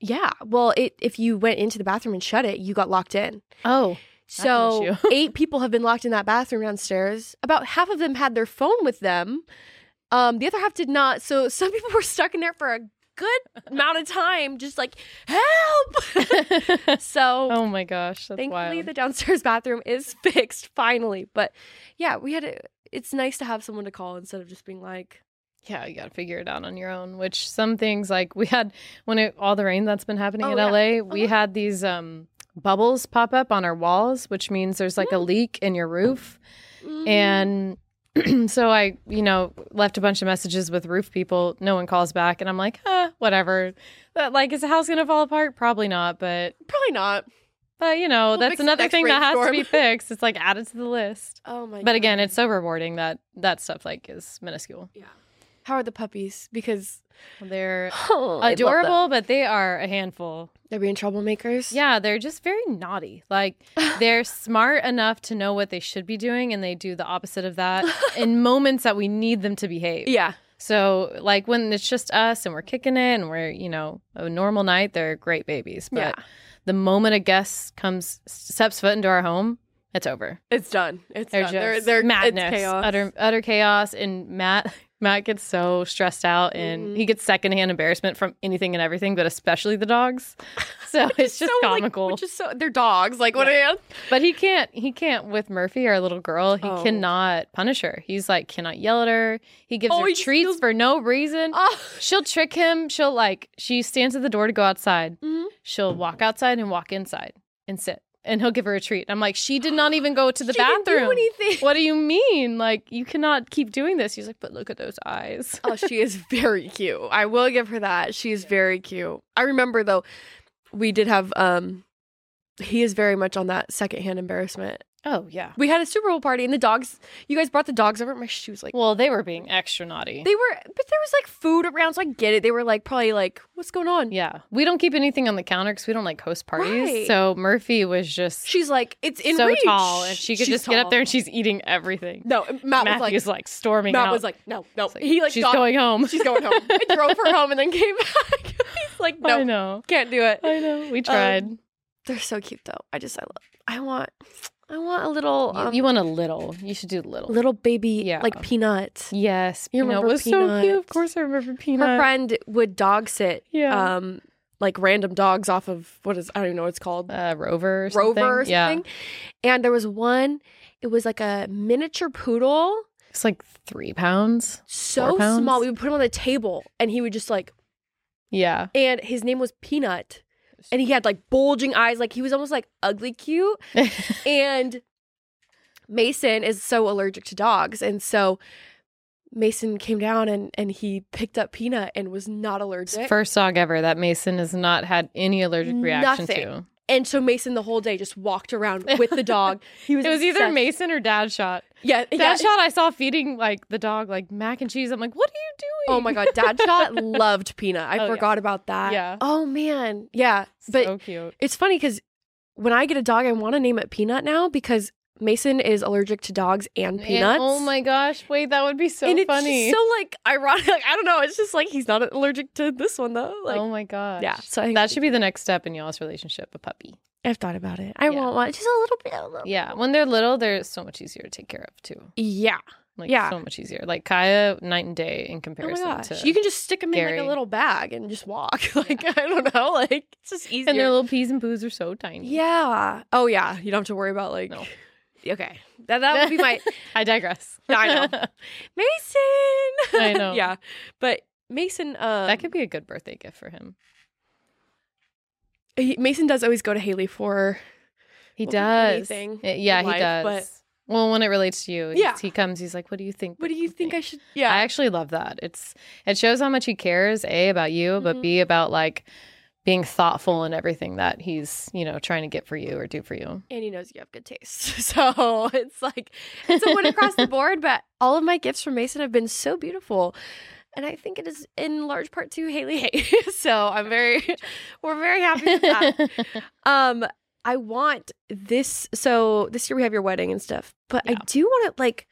Speaker 1: Yeah. Well, it, if you went into the bathroom and shut it, you got locked in.
Speaker 2: Oh, [LAUGHS] That's an
Speaker 1: So
Speaker 2: [LAUGHS] issue.
Speaker 1: eight people have been locked in that bathroom downstairs. About half of them had their phone with them. Um, the other half did not. So [LAUGHS] some people were stuck in there for a good amount of time, just like help. [LAUGHS] so
Speaker 2: oh my gosh, that's
Speaker 1: thankfully,
Speaker 2: wild.
Speaker 1: the downstairs [LAUGHS] bathroom is fixed finally. But yeah, we had. A, it's nice to have someone to call instead of just being like,
Speaker 2: yeah, you got to figure it out on your own. Which some things like we had when it, all the rain that's been happening
Speaker 1: Oh,
Speaker 2: in
Speaker 1: yeah.
Speaker 2: LA, we
Speaker 1: Uh-huh.
Speaker 2: had these um bubbles pop up on our walls, which means there's like a leak in your roof.
Speaker 1: "Mm,
Speaker 2: And [CLEARS THROAT] so I, you know, left a bunch of messages with roof people. No one calls back, and I'm like, huh, whatever. But, like, is the house gonna fall apart? Probably not. But
Speaker 1: probably not."
Speaker 2: but you know,
Speaker 1: We'll
Speaker 2: that's
Speaker 1: fix it
Speaker 2: another
Speaker 1: next
Speaker 2: thing that has to
Speaker 1: rainstorm. [LAUGHS]
Speaker 2: be fixed. It's like added to the list.
Speaker 1: Oh my.
Speaker 2: But again,
Speaker 1: God.
Speaker 2: it's so rewarding that that stuff like is minuscule.
Speaker 1: yeah. How are the puppies?
Speaker 2: [LAUGHS]
Speaker 1: Because [LAUGHS]
Speaker 2: They're
Speaker 1: oh, [SIGHS] I love them.
Speaker 2: adorable, but they are a handful.
Speaker 1: They're being troublemakers.
Speaker 2: Yeah, they're just very naughty.
Speaker 1: [LAUGHS]
Speaker 2: Like they're smart enough to know what they should be doing, and they do the opposite of that in moments that we need them to behave.
Speaker 1: Yeah.
Speaker 2: So, like when it's just us and we're kicking it and we're, you know, a normal night, they're great babies. But
Speaker 1: Yeah.
Speaker 2: the moment a guest comes, steps foot into our home, it's over.
Speaker 1: It's done. It's
Speaker 2: They're
Speaker 1: done.
Speaker 2: just
Speaker 1: they're, they're,
Speaker 2: madness,
Speaker 1: It's chaos.
Speaker 2: utter utter chaos. And Matt [LAUGHS] Matt gets so stressed out, and
Speaker 1: Mhm.
Speaker 2: he gets secondhand embarrassment from anything and everything, but especially the
Speaker 1: [LAUGHS]
Speaker 2: dogs. So it's just
Speaker 1: so, like,
Speaker 2: comical.
Speaker 1: which is so they're dogs. Like what [LAUGHS] are you?
Speaker 2: But he can't. He can't with Murphy, our little girl. He
Speaker 1: Oh.
Speaker 2: cannot punish her. He's like cannot yell at her. He gives
Speaker 1: Oh,
Speaker 2: her
Speaker 1: he just
Speaker 2: treats
Speaker 1: feels-
Speaker 2: for no reason.
Speaker 1: Oh.
Speaker 2: She'll trick him. She'll like she stands at the door to go outside.
Speaker 1: Mhm.
Speaker 2: She'll walk outside and walk inside and sit, and he'll give her a treat. I'm like, she did not even
Speaker 1: [GASPS]
Speaker 2: go to the
Speaker 1: She
Speaker 2: bathroom.
Speaker 1: didn't do anything.
Speaker 2: What do you mean? Like you cannot keep doing this. He's like, but look at those eyes.
Speaker 1: [LAUGHS] oh, she is very cute. I will give her that. She is very cute. I remember though, we did have um he is very much on that secondhand embarrassment.
Speaker 2: Oh yeah.
Speaker 1: We had a Super Bowl party and the dogs you guys brought the dogs over. My shoes like
Speaker 2: Well, they were being extra naughty.
Speaker 1: they were but there was like food around, so I get it. They were like probably like, what's going on?
Speaker 2: yeah, we don't keep anything on the counter because we don't like host parties.
Speaker 1: Right.
Speaker 2: So Murphy was just
Speaker 1: She's like, it's in
Speaker 2: so
Speaker 1: reach.
Speaker 2: tall, and she could
Speaker 1: She's
Speaker 2: just get up
Speaker 1: tall.
Speaker 2: there and she's eating everything.
Speaker 1: No, and Matt was like,
Speaker 2: Matthew's like, storming
Speaker 1: Matt
Speaker 2: out.
Speaker 1: was like, no, no.
Speaker 2: It's like,
Speaker 1: he like
Speaker 2: she's
Speaker 1: got-
Speaker 2: going home.
Speaker 1: She's going home. I drove her home and then came back. [LAUGHS] He's like,
Speaker 2: [LAUGHS] I
Speaker 1: no, Um,
Speaker 2: know.
Speaker 1: can't do it.
Speaker 2: I know. We tried.
Speaker 1: They're so cute though. I just I love. I want. I want a little.
Speaker 2: You-
Speaker 1: Um,
Speaker 2: you, want a little. You should do little.
Speaker 1: little baby
Speaker 2: Yeah.
Speaker 1: like peanut.
Speaker 2: Yes.
Speaker 1: You
Speaker 2: Peanut
Speaker 1: remember
Speaker 2: was so cute. Of
Speaker 1: Peanut?
Speaker 2: course, I remember Peanut.
Speaker 1: Her friend would dog sit.
Speaker 2: Yeah.
Speaker 1: Um, like random dogs off of what is I don't even know what it's called.
Speaker 2: uh, Rover. Or something.
Speaker 1: Rover or
Speaker 2: Yeah.
Speaker 1: something. And there was one. It was like a miniature poodle.
Speaker 2: It's like three pounds.
Speaker 1: So
Speaker 2: Four pounds?
Speaker 1: small. We would put him on the table and he would just like
Speaker 2: [LAUGHS] Yeah.
Speaker 1: and his name was Peanut. And he had like bulging eyes, like he was almost like ugly cute. and Mason is so allergic to dogs. And so Mason came down and, and he picked up Peanut and was not allergic.
Speaker 2: First dog ever that Mason has not had any allergic reaction
Speaker 1: Nothing.
Speaker 2: to.
Speaker 1: and so Mason the whole day just walked around with the
Speaker 2: [LAUGHS]
Speaker 1: dog. He was
Speaker 2: It was either
Speaker 1: obsessed.
Speaker 2: Mason or Dad shot.
Speaker 1: Yeah,
Speaker 2: Dad
Speaker 1: yeah.
Speaker 2: shot I saw feeding like the dog like mac and cheese. I'm like, what are you doing?
Speaker 1: Oh my god, Dad
Speaker 2: [LAUGHS]
Speaker 1: shot loved Peanut. I
Speaker 2: Oh, yeah.
Speaker 1: forgot about that.
Speaker 2: Yeah.
Speaker 1: Oh man. Yeah. But
Speaker 2: so cute.
Speaker 1: It's funny because when I get a dog, I want to name it Peanut now because Mason is allergic to dogs and
Speaker 2: And-
Speaker 1: peanuts.
Speaker 2: oh my gosh! Wait, that would be so
Speaker 1: and it's just
Speaker 2: funny.
Speaker 1: so like ironic. [LAUGHS] Like, I don't know. It's just like he's not allergic to this one though. Like,
Speaker 2: oh my gosh!
Speaker 1: yeah. So I think
Speaker 2: that should be the next step in y'all's relationship. A puppy.
Speaker 1: I've thought about it. I
Speaker 2: Yeah.
Speaker 1: want one. Just a little bit. A little
Speaker 2: Yeah. When they're little, they're so much easier to take care of too.
Speaker 1: Yeah.
Speaker 2: Like
Speaker 1: Yeah.
Speaker 2: so much easier. Like Kaya, night and day
Speaker 1: Oh
Speaker 2: in
Speaker 1: my
Speaker 2: comparison
Speaker 1: gosh.
Speaker 2: to
Speaker 1: You can just stick them in like
Speaker 2: Gary.
Speaker 1: a little bag and just walk. [LAUGHS] Like I don't know. Like it's just easier.
Speaker 2: and their little peas and poos are so tiny.
Speaker 1: yeah. Oh yeah. You don't have to worry about like.
Speaker 2: No.
Speaker 1: [LAUGHS] Okay. That that would be
Speaker 2: [LAUGHS]
Speaker 1: my
Speaker 2: I digress.
Speaker 1: I know. Mason.
Speaker 2: I
Speaker 1: [LAUGHS]
Speaker 2: know.
Speaker 1: yeah, but Mason. Um,
Speaker 2: [LAUGHS] that could be a good birthday gift for him.
Speaker 1: he- Mason does always go to Haley for.
Speaker 2: He
Speaker 1: Well, for
Speaker 2: does.
Speaker 1: anything
Speaker 2: It- yeah,
Speaker 1: in
Speaker 2: he
Speaker 1: life, but-
Speaker 2: does. Well, when it relates to you, he's-
Speaker 1: Yeah.
Speaker 2: he comes. He's like, "What do you think?
Speaker 1: What do you think I should?
Speaker 2: I
Speaker 1: Yeah,
Speaker 2: actually love that. It's it shows how much he cares, a about you, but
Speaker 1: Mhm.
Speaker 2: b about like being thoughtful and everything that he's you know trying to get for you or do for you.
Speaker 1: and he knows you have good taste, [LAUGHS] so it's like it's a win
Speaker 2: [LAUGHS]
Speaker 1: across the board. But all of my gifts from Mason have been so beautiful, and I think it is in large part to Haley Hay. [LAUGHS] so I'm very, we're very happy with that.
Speaker 2: [LAUGHS]
Speaker 1: Um, I want this. So this year we have your wedding and stuff, but I
Speaker 2: Yeah.
Speaker 1: do want to [SIGHS] like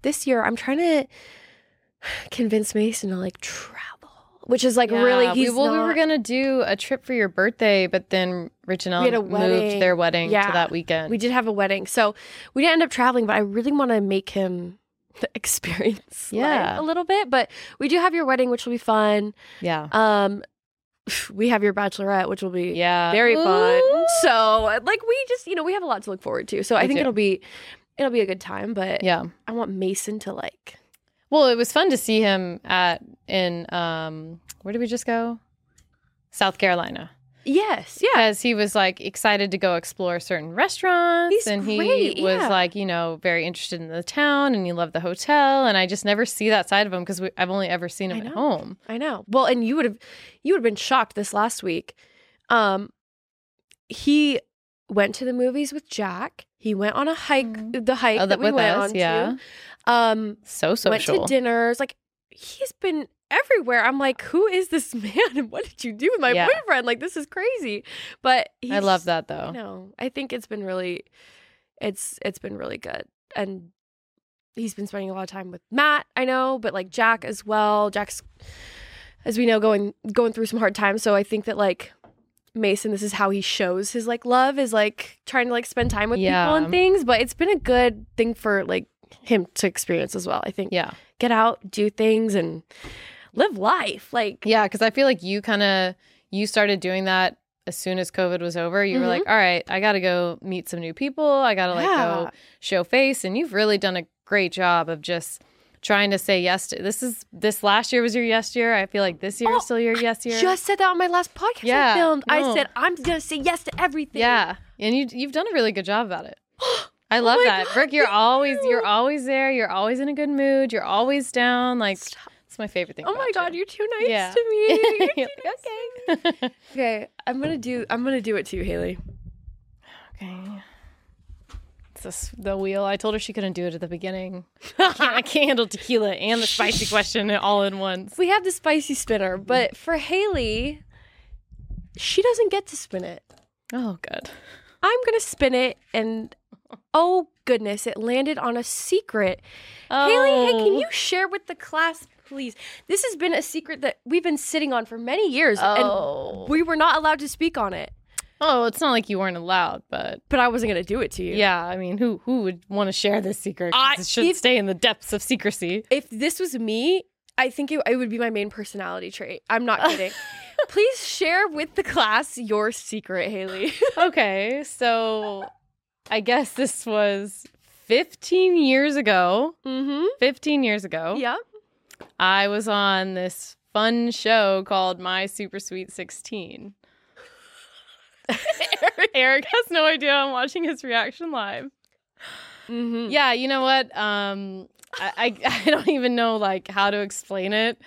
Speaker 1: this year. I'm trying to convince Mason to like travel. which is like really
Speaker 2: Yeah,
Speaker 1: he's
Speaker 2: we, well, we were
Speaker 1: not-
Speaker 2: gonna do a trip for your birthday, but then Rich and
Speaker 1: We had a
Speaker 2: Ellen
Speaker 1: wedding.
Speaker 2: moved their wedding
Speaker 1: Yeah.
Speaker 2: to that weekend.
Speaker 1: we did have a wedding, so we didn't end up traveling. But I really want to make him [LAUGHS] experience life a
Speaker 2: Yeah.
Speaker 1: little bit. But we do have your wedding, which will be fun.
Speaker 2: yeah,
Speaker 1: Um, [SIGHS] we have your bachelorette, which will be
Speaker 2: yeah,
Speaker 1: very fun.
Speaker 2: Ooh.
Speaker 1: So like we just you know we have a lot to look forward to. So I
Speaker 2: We
Speaker 1: think
Speaker 2: do.
Speaker 1: it'll be it'll be a good time. But
Speaker 2: Yeah.
Speaker 1: I want Mason to like
Speaker 2: Well, it was fun to see him at in um where did we just go? South Carolina.
Speaker 1: yes, yeah,
Speaker 2: Because he was like excited to go explore certain restaurants
Speaker 1: He's
Speaker 2: and he
Speaker 1: great,
Speaker 2: was
Speaker 1: yeah.
Speaker 2: like, you know, very interested in the town and he loved the hotel and I just never see that side of him because I've only ever seen
Speaker 1: I
Speaker 2: him at
Speaker 1: know.
Speaker 2: home.
Speaker 1: I know. Well, and you would have you would have been shocked this last week. Um, he went to the movies with Jack. He went on a hike,
Speaker 2: Mhm.
Speaker 1: the hike
Speaker 2: Oh,
Speaker 1: that
Speaker 2: that-
Speaker 1: we
Speaker 2: with
Speaker 1: went
Speaker 2: us,
Speaker 1: on
Speaker 2: yeah.
Speaker 1: to. Um,
Speaker 2: So social.
Speaker 1: went to dinners. Like he's been everywhere. I'm like, who is this [LAUGHS] man? And what did you do with my
Speaker 2: Yeah.
Speaker 1: boyfriend? Like this is crazy. But he's,
Speaker 2: I love that though.
Speaker 1: No, I think it's been really, it's it's been really good, and he's been spending a lot of time with Matt. I know, but like Jack as well. Jack's, as we know, going going through some hard times. So I think that like. Mason, this is how he shows his like love is like trying to like spend time with people
Speaker 2: Yeah.
Speaker 1: and things, but it's been a good thing for like him to experience as well. I think
Speaker 2: Yeah.
Speaker 1: get out, do things, and live life. Like,
Speaker 2: Yeah, because I feel like you kind of you started doing that as soon as COVID was over. You
Speaker 1: Mhm.
Speaker 2: were like, "All right, I got to go meet some new people. I got to like
Speaker 1: Yeah.
Speaker 2: go show face." And you've really done a great job of just trying to say yes to this is this last year was your yes year. I feel like this year
Speaker 1: Oh,
Speaker 2: is still your yes year.
Speaker 1: just said that on my last podcast I
Speaker 2: Yeah,
Speaker 1: filmed. I
Speaker 2: no.
Speaker 1: said I'm gonna say yes to everything. [GASPS]
Speaker 2: yeah, [GASPS] and you you've done a really good job about it. I love
Speaker 1: Oh my
Speaker 2: that,
Speaker 1: God,
Speaker 2: Brooke. You're
Speaker 1: thank
Speaker 2: always
Speaker 1: you.
Speaker 2: you're always there. You're always in a good mood. You're always down. Like
Speaker 1: Stop.
Speaker 2: it's my favorite thing.
Speaker 1: Oh my
Speaker 2: about
Speaker 1: god, you're too nice
Speaker 2: Yeah.
Speaker 1: to
Speaker 2: [LAUGHS]
Speaker 1: me.
Speaker 2: You're
Speaker 1: [LAUGHS]
Speaker 2: like, okay. [LAUGHS]
Speaker 1: okay, I'm gonna do. I'm gonna do it to you, Haley.
Speaker 2: Okay. It's this, the wheel. I told her she couldn't do it at the [LAUGHS] beginning. I can't, I can't handle tequila and the spicy question all in once.
Speaker 1: We have the spicy spinner,
Speaker 2: Mm.
Speaker 1: but for Haley, she doesn't get to spin it.
Speaker 2: Oh, good.
Speaker 1: I'm gonna spin it, and oh goodness, it landed on a secret. Haley, hey,
Speaker 2: Oh.
Speaker 1: can you share with the class, please? This has been a secret that we've been sitting on for many years,
Speaker 2: Oh.
Speaker 1: and we were not allowed to speak on it.
Speaker 2: Oh, it's not like you weren't allowed, but
Speaker 1: But I wasn't gonna do it to you.
Speaker 2: yeah, I mean, who who would want to share this secret? 'Cause
Speaker 1: I-
Speaker 2: it should
Speaker 1: if-
Speaker 2: stay in the depths of secrecy.
Speaker 1: If this was me, I think it, it would be my main personality trait. I'm
Speaker 2: [LAUGHS]
Speaker 1: not kidding. please share with the class your secret,
Speaker 2: [LAUGHS]
Speaker 1: Haley.
Speaker 2: okay, so I guess this was 15 years ago.
Speaker 1: mm-hmm.
Speaker 2: 15 years ago.
Speaker 1: Yep.
Speaker 2: I was on this fun show called My Super Sweet 16. Eric, [LAUGHS] Eric has no idea I'm watching his reaction live.
Speaker 1: Mm-hmm.
Speaker 2: Yeah, you know what? Um, I, I, [LAUGHS] I don't even know like how to explain it.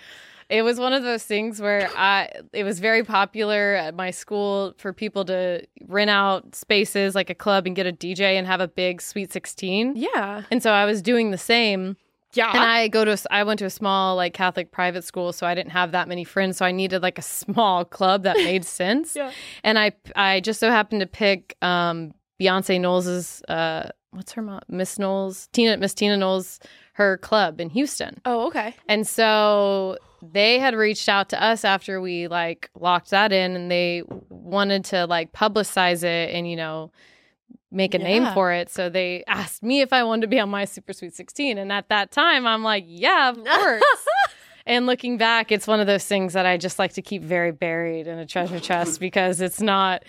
Speaker 2: It was one of those things where I it was very popular at my school for people to rent out spaces like a club and get a DJ and have a big Sweet 16.
Speaker 1: Yeah.
Speaker 2: And so I was doing the same.
Speaker 1: Yeah.
Speaker 2: And I go to a s- I went to a small like Catholic private school, so I didn't have that many friends. So I needed like a small
Speaker 1: [LAUGHS]
Speaker 2: club that made sense.
Speaker 1: Yeah.
Speaker 2: And I I just so happened to pick um, Beyonce Knowles's uh, what's her mom Miss Knowles Tina Miss Tina Knowles her club in Houston.
Speaker 1: oh, okay.
Speaker 2: And so they had reached out to us after we like locked that in and they wanted to like publicize it and you know make a name
Speaker 1: Yeah.
Speaker 2: for it. So they asked me if I wanted to be on my Super Sweet 16 and at that time I'm like, yeah, of course.
Speaker 1: [LAUGHS]
Speaker 2: and looking back, it's one of those things that I just like to keep very buried in a treasure chest because it's not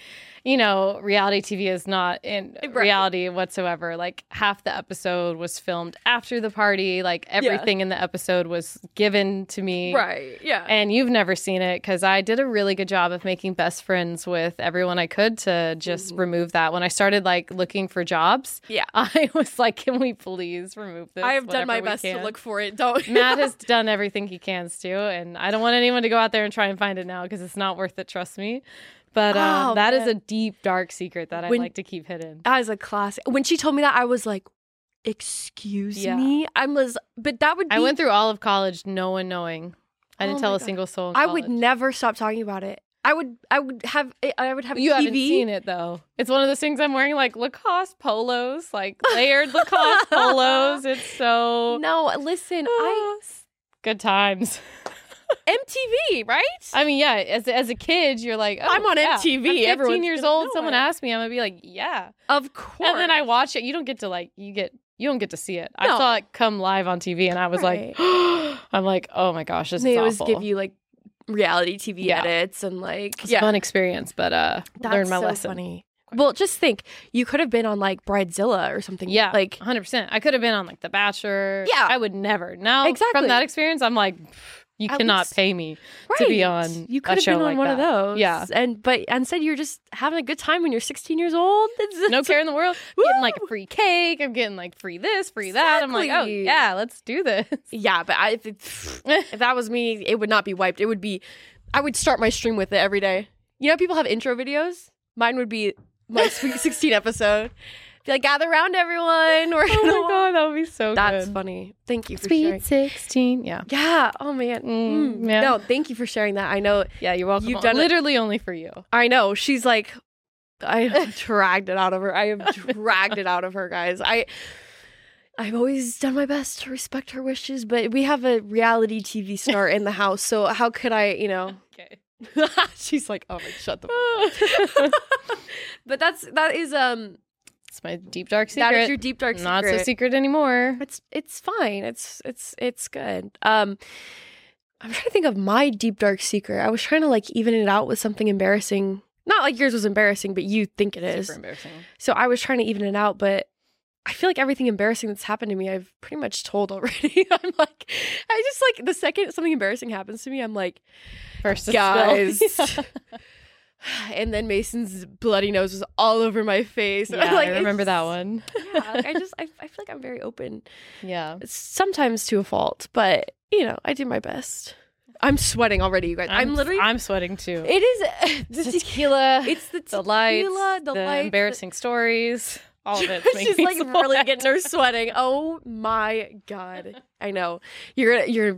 Speaker 2: you know, reality TV is not in
Speaker 1: Right.
Speaker 2: reality whatsoever. Like half the episode was filmed after the party. Like everything in the episode was given to me.
Speaker 1: Right. Yeah.
Speaker 2: And you've never seen it because I did a really good job of making best friends with everyone I could to just remove that. When I started like looking for jobs,
Speaker 1: Mm. yeah.
Speaker 2: [LAUGHS] I was like, "Can we please remove this?"
Speaker 1: I have done my
Speaker 2: whenever we
Speaker 1: best to
Speaker 2: can?" Mm.
Speaker 1: look for it. Don't. [LAUGHS]
Speaker 2: Matt has done everything he can, Stu, and I don't want anyone to go out there and try and find it now because it's not worth it. Trust me. But um,
Speaker 1: Oh,
Speaker 2: that is
Speaker 1: man.
Speaker 2: a deep, dark secret that I
Speaker 1: When-
Speaker 2: like to keep hidden.
Speaker 1: That is a classic. When she told me that, I was like, "Excuse
Speaker 2: Yeah.
Speaker 1: me." I was, but that would. Be,
Speaker 2: I went through all of college, no one knowing. I didn't
Speaker 1: Oh
Speaker 2: tell
Speaker 1: my
Speaker 2: a
Speaker 1: God.
Speaker 2: single soul. In
Speaker 1: I would
Speaker 2: college.
Speaker 1: never stop talking about it. I would. I would have. eh, I would have.
Speaker 2: You
Speaker 1: a TV.
Speaker 2: haven't seen it though. It's one of those things I'm wearing like Lacoste polos, like
Speaker 1: [LAUGHS]
Speaker 2: layered Lacoste polos. It's so
Speaker 1: No, listen. I.
Speaker 2: good times.
Speaker 1: MTV, right?
Speaker 2: Ah. I mean, yeah. As as a kid, you're like, oh,
Speaker 1: I'm on
Speaker 2: yeah.
Speaker 1: MTV,
Speaker 2: I'm 15
Speaker 1: everyone's
Speaker 2: years
Speaker 1: gonna
Speaker 2: old.
Speaker 1: know
Speaker 2: Someone
Speaker 1: it.
Speaker 2: asked me, I'm gonna be like, yeah.
Speaker 1: of course.
Speaker 2: And then I watch it. You don't get to like you get you don't get to see it.
Speaker 1: No.
Speaker 2: I saw it come live on TV, and I was
Speaker 1: Right.
Speaker 2: like, [GASPS] I'm like, oh my gosh, this
Speaker 1: they
Speaker 2: is
Speaker 1: always
Speaker 2: awful.
Speaker 1: give you like reality TV
Speaker 2: Yeah.
Speaker 1: edits and like
Speaker 2: it's
Speaker 1: yeah,
Speaker 2: a fun experience, but uh,
Speaker 1: That's
Speaker 2: learned my
Speaker 1: so
Speaker 2: lesson.
Speaker 1: funny. Well, just think, you could have been on like Bridezilla or something.
Speaker 2: Yeah, uh,
Speaker 1: like
Speaker 2: 100. percent I could have been on like The Bachelor.
Speaker 1: Yeah.
Speaker 2: I would never. Now,
Speaker 1: Exactly.
Speaker 2: from that experience, I'm like, you
Speaker 1: I would
Speaker 2: cannot
Speaker 1: s-
Speaker 2: pay me.
Speaker 1: right.
Speaker 2: to be on
Speaker 1: You
Speaker 2: a
Speaker 1: could have
Speaker 2: show
Speaker 1: been on
Speaker 2: like
Speaker 1: one of
Speaker 2: that.
Speaker 1: those.
Speaker 2: Yeah.
Speaker 1: and but instead you're just having a good time when you're 16 years old. [LAUGHS] It's,
Speaker 2: No
Speaker 1: it's-
Speaker 2: care in the world. I'm getting like
Speaker 1: Woo!
Speaker 2: free cake. I'm getting like free this, free that. I'm like, oh
Speaker 1: Exactly.
Speaker 2: yeah, let's
Speaker 1: [LAUGHS]
Speaker 2: do this. [LAUGHS]
Speaker 1: Yeah, but I, if, it, if that was me, it would not be wiped. It would be, I would start my stream with it every day. You know, people have intro videos. Mine would be my Sweet [LAUGHS] 16 episode. Be like, gather around everyone. We're
Speaker 2: oh
Speaker 1: gonna
Speaker 2: my god, that would be so
Speaker 1: That's
Speaker 2: Oh, good. [LAUGHS]
Speaker 1: funny. Thank you for sharing.
Speaker 2: Speed sixteen. Yeah.
Speaker 1: Yeah. Oh man.
Speaker 2: Mm,
Speaker 1: Mm.
Speaker 2: yeah.
Speaker 1: No, thank you for sharing that. I know.
Speaker 2: Yeah, you're welcome.
Speaker 1: You've done it.
Speaker 2: literally only for you.
Speaker 1: I know. She's like, I
Speaker 2: [LAUGHS]
Speaker 1: have dragged it out of her. I have dragged it out of her, guys. I. I've always done my best to respect her wishes, but we have a reality TV star in the house, so how could I, you know? [LAUGHS]
Speaker 2: Okay.
Speaker 1: She's like, "Oh my, shut the." fuck up." [LAUGHS] but that's that is um
Speaker 2: [LAUGHS] It's my deep dark secret.
Speaker 1: that is your deep dark secret.
Speaker 2: Not so secret anymore.
Speaker 1: It's it's fine. It's it's it's good. Um I'm trying to think of my deep dark secret. I was trying to like even it out with something embarrassing. Not like yours was embarrassing, but you think it is.
Speaker 2: Super embarrassing.
Speaker 1: So I was trying to even it out, but I feel like everything embarrassing that's happened to me, I've pretty much told already. [LAUGHS] I'm like, I just like the second something embarrassing happens to me, I'm like,
Speaker 2: First to
Speaker 1: guys.
Speaker 2: spill. Yeah.
Speaker 1: [SIGHS] and then Mason's bloody nose was all over my face. [LAUGHS] And I'm
Speaker 2: [LAUGHS] Yeah,
Speaker 1: like,
Speaker 2: I
Speaker 1: it's-
Speaker 2: remember that
Speaker 1: [LAUGHS]
Speaker 2: one.
Speaker 1: Yeah,
Speaker 2: [LAUGHS]
Speaker 1: like, I just I, I feel like I'm very open.
Speaker 2: Yeah.
Speaker 1: sometimes to a fault, but you know, I do my best. I'm sweating already, you guys. I'm, literally.
Speaker 2: I'm sweating too.
Speaker 1: it is [LAUGHS]
Speaker 2: The
Speaker 1: the
Speaker 2: [LAUGHS]
Speaker 1: tequila.
Speaker 2: tequila.
Speaker 1: It's the
Speaker 2: the
Speaker 1: tequila,
Speaker 2: lights,
Speaker 1: the,
Speaker 2: the,
Speaker 1: lights, the- [LAUGHS]
Speaker 2: embarrassing stories, all of it.
Speaker 1: She's
Speaker 2: [LAUGHS]
Speaker 1: like really getting her sweating. Oh my god! I know you're gonna- you're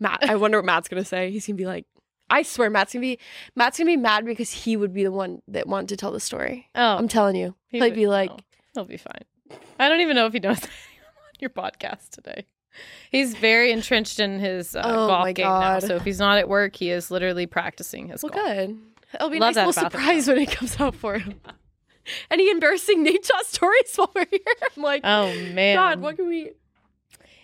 Speaker 1: Matt. I wonder what Matt's gonna say. He's gonna be like, I swear, Matt's gonna be Matt's gonna be mad because he would be the one that wanted to tell the story.
Speaker 2: Oh,
Speaker 1: I'm telling you,
Speaker 2: he
Speaker 1: he'd
Speaker 2: would-
Speaker 1: be like,
Speaker 2: no, he'll be fine. I don't even know if he knows [LAUGHS] that I'm on your podcast today. He's very entrenched in his uh,
Speaker 1: Oh
Speaker 2: golf
Speaker 1: my
Speaker 2: game now.
Speaker 1: God.
Speaker 2: So if he's not at work, he is literally practicing his
Speaker 1: Well,
Speaker 2: golf.
Speaker 1: good. It'll be a nice
Speaker 2: Love that
Speaker 1: little
Speaker 2: about them,
Speaker 1: surprise when it comes out for him. [LAUGHS] Any embarrassing Nate Shaw stories [LAUGHS] while we're here? I'm like,
Speaker 2: Oh man,
Speaker 1: God, what can we?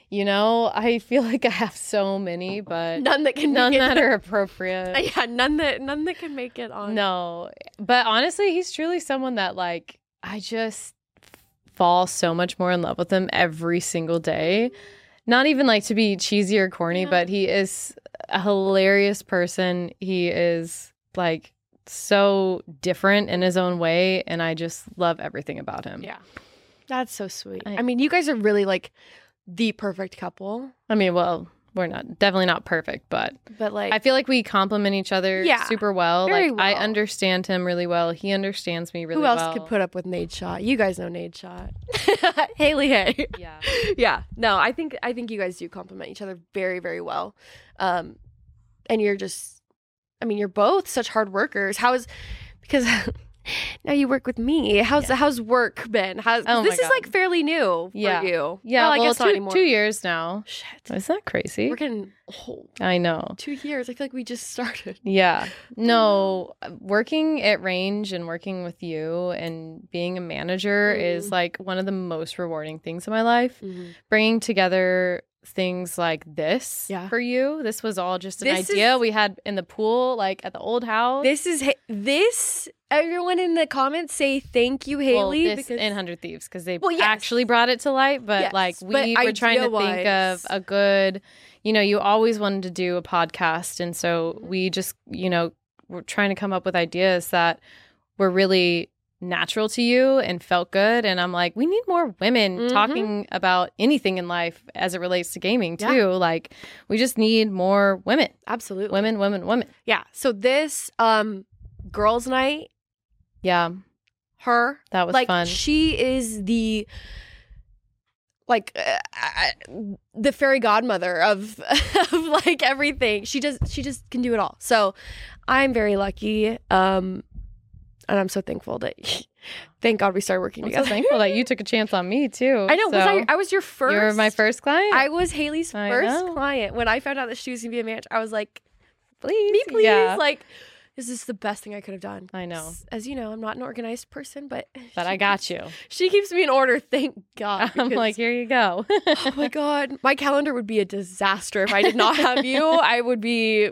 Speaker 2: you know, I feel like I have so many,
Speaker 1: [LAUGHS]
Speaker 2: but
Speaker 1: None that can
Speaker 2: none
Speaker 1: make
Speaker 2: that
Speaker 1: it.
Speaker 2: are appropriate.
Speaker 1: [LAUGHS] yeah, none that none that can make it on.
Speaker 2: No, but honestly, he's truly someone that like I just fall so much more in love with him every single day. Not even like to be cheesy or corny,
Speaker 1: Yeah.
Speaker 2: but he is a hilarious person. He is like so different in his own way, and I just love everything about him.
Speaker 1: Yeah, that's so sweet. I,
Speaker 2: I-
Speaker 1: mean, you guys are really like the perfect couple,
Speaker 2: I mean, well, we're not definitely not perfect, but
Speaker 1: but like,
Speaker 2: I feel like we complement each other
Speaker 1: Yeah.
Speaker 2: super well.
Speaker 1: Very
Speaker 2: like I
Speaker 1: well.
Speaker 2: understand him really well. He understands me really
Speaker 1: who else
Speaker 2: well.
Speaker 1: could put up with Nate Shaw? You guys know Nate
Speaker 2: [LAUGHS]
Speaker 1: Shaw, [LAUGHS] Haley Hay.
Speaker 2: Yeah.
Speaker 1: yeah no i think i think you guys do complement each other very very well um and you're just i mean you're both such hard workers how is because [LAUGHS] now you work with me how's how's work been how's 'cause
Speaker 2: Oh my
Speaker 1: this is
Speaker 2: God.
Speaker 1: like fairly new
Speaker 2: Yeah.
Speaker 1: for you
Speaker 2: Yeah,
Speaker 1: well,
Speaker 2: well,
Speaker 1: i guess
Speaker 2: two,
Speaker 1: not anymore
Speaker 2: two [LAUGHS] years now.
Speaker 1: shit
Speaker 2: Isn't that crazy?
Speaker 1: we're getting oh,
Speaker 2: I know.
Speaker 1: two years i feel like we just started
Speaker 2: Yeah. No,
Speaker 1: Mm-hmm.
Speaker 2: uh, working at range and working with you and being a manager is
Speaker 1: Mhm.
Speaker 2: like one of the most rewarding things in my life.
Speaker 1: Mm-hmm.
Speaker 2: Bringing together things like this
Speaker 1: Yeah.
Speaker 2: for you. This was all just an
Speaker 1: This
Speaker 2: idea
Speaker 1: is-
Speaker 2: we had in the pool, like at the old house.
Speaker 1: this is Ha- this everyone in the comments say thank you
Speaker 2: Well,
Speaker 1: haley
Speaker 2: this and Hundred Thieves because they
Speaker 1: Well, yes.
Speaker 2: actually brought it to light. But
Speaker 1: Yes,
Speaker 2: like
Speaker 1: but
Speaker 2: we were trying to think
Speaker 1: idea-wise.
Speaker 2: of a good, you know, you always wanted to do a podcast, and so we just, you know, were trying to come up with ideas that were really natural to you and felt good. And I'm like, we need more women
Speaker 1: Mhm.
Speaker 2: talking about anything in life as it relates to gaming
Speaker 1: Yeah.
Speaker 2: too. Like we just need more women,
Speaker 1: absolutely
Speaker 2: women, women, women.
Speaker 1: yeah so this um girls night
Speaker 2: Yeah,
Speaker 1: her
Speaker 2: that was
Speaker 1: like
Speaker 2: fun.
Speaker 1: she is the like uh, I- I- the fairy godmother of [LAUGHS] of like everything she does she just can do it all so i'm very lucky um and i'm so thankful that [LAUGHS] thank god we started working
Speaker 2: I'm so
Speaker 1: together
Speaker 2: thankful that you took a chance on me too.
Speaker 1: i know was
Speaker 2: So-
Speaker 1: I, I was your first
Speaker 2: You were my first client.
Speaker 1: i was haley's
Speaker 2: I
Speaker 1: first
Speaker 2: know.
Speaker 1: client when i found out that she was gonna be a manager i was like
Speaker 2: please.
Speaker 1: me please.
Speaker 2: Yeah.
Speaker 1: Like, this is the best thing I could have done.
Speaker 2: I know.
Speaker 1: S- As you know, I'm not an organized person, but [LAUGHS]
Speaker 2: But
Speaker 1: she
Speaker 2: I got
Speaker 1: keeps-
Speaker 2: you.
Speaker 1: She keeps me in order. Thank God.
Speaker 2: [LAUGHS] I'm
Speaker 1: because-
Speaker 2: like, here you go. [LAUGHS]
Speaker 1: oh my god, my calendar would be a disaster if I did not have
Speaker 2: [LAUGHS]
Speaker 1: you. I would be.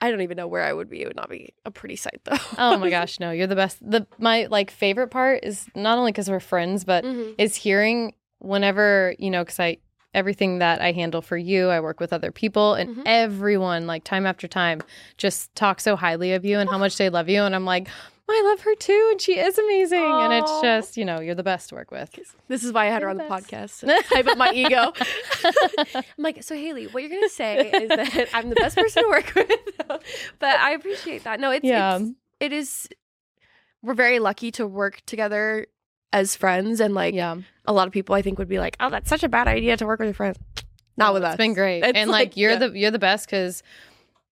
Speaker 1: I don't even know where I would be. It would not be a pretty sight though.
Speaker 2: oh my gosh, no, you're the best. The my like favorite part is not only because we're friends,
Speaker 1: [LAUGHS]
Speaker 2: but
Speaker 1: Mhm.
Speaker 2: is hearing whenever you know because i everything that i handle for you i work with other people and
Speaker 1: Mhm.
Speaker 2: everyone like time after time just talk so highly of you and how much they love you and i'm like i love her too and she is amazing and it's
Speaker 1: Aw.
Speaker 2: just you know you're the best to work with
Speaker 1: This is why I had her
Speaker 2: You're
Speaker 1: on the
Speaker 2: the [LAUGHS]
Speaker 1: podcast. to Hype up my ego. I'm like, so Haley, what you're gonna say is
Speaker 2: [LAUGHS]
Speaker 1: that I'm the best person to work [LAUGHS] with. but I appreciate that. No, it's,
Speaker 2: Yeah.
Speaker 1: it's it is. We're very lucky to work together as friends, and like
Speaker 2: yeah
Speaker 1: a lot of people, I think would be like, oh, that's such a bad idea to work with your friends. Not with us.
Speaker 2: it's been great
Speaker 1: It's
Speaker 2: and like, you're
Speaker 1: yeah.
Speaker 2: the you're the best because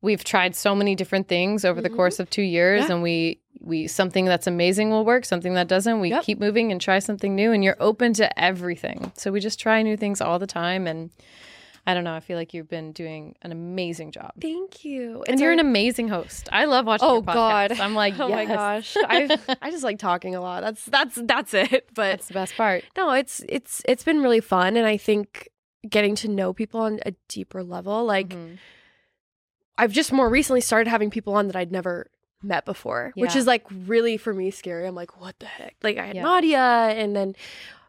Speaker 2: we've tried so many different things over
Speaker 1: Mhm.
Speaker 2: the course of two years
Speaker 1: Yeah.
Speaker 2: and we we something that's amazing will work something that doesn't we
Speaker 1: Yep.
Speaker 2: keep moving and try something new and you're open to everything so we just try new things all the time and i don't know i feel like you've been doing an amazing job
Speaker 1: Thank you.
Speaker 2: and
Speaker 1: It's
Speaker 2: you're
Speaker 1: our-
Speaker 2: an amazing host i love watching
Speaker 1: Oh
Speaker 2: your podcast.
Speaker 1: God.
Speaker 2: i'm like
Speaker 1: [LAUGHS] Oh my
Speaker 2: yes.
Speaker 1: gosh. I I just like talking a lot. That's that's that's it. [LAUGHS] But
Speaker 2: that's the best part
Speaker 1: no, it's it's it's been really fun and I think getting to know people on a deeper level. Like
Speaker 2: Mhm.
Speaker 1: I've just more recently started having people on that I'd never met before, which
Speaker 2: Yeah.
Speaker 1: is like really for me scary. I'm like, what the heck? Like I had
Speaker 2: Yeah.
Speaker 1: Nadia and then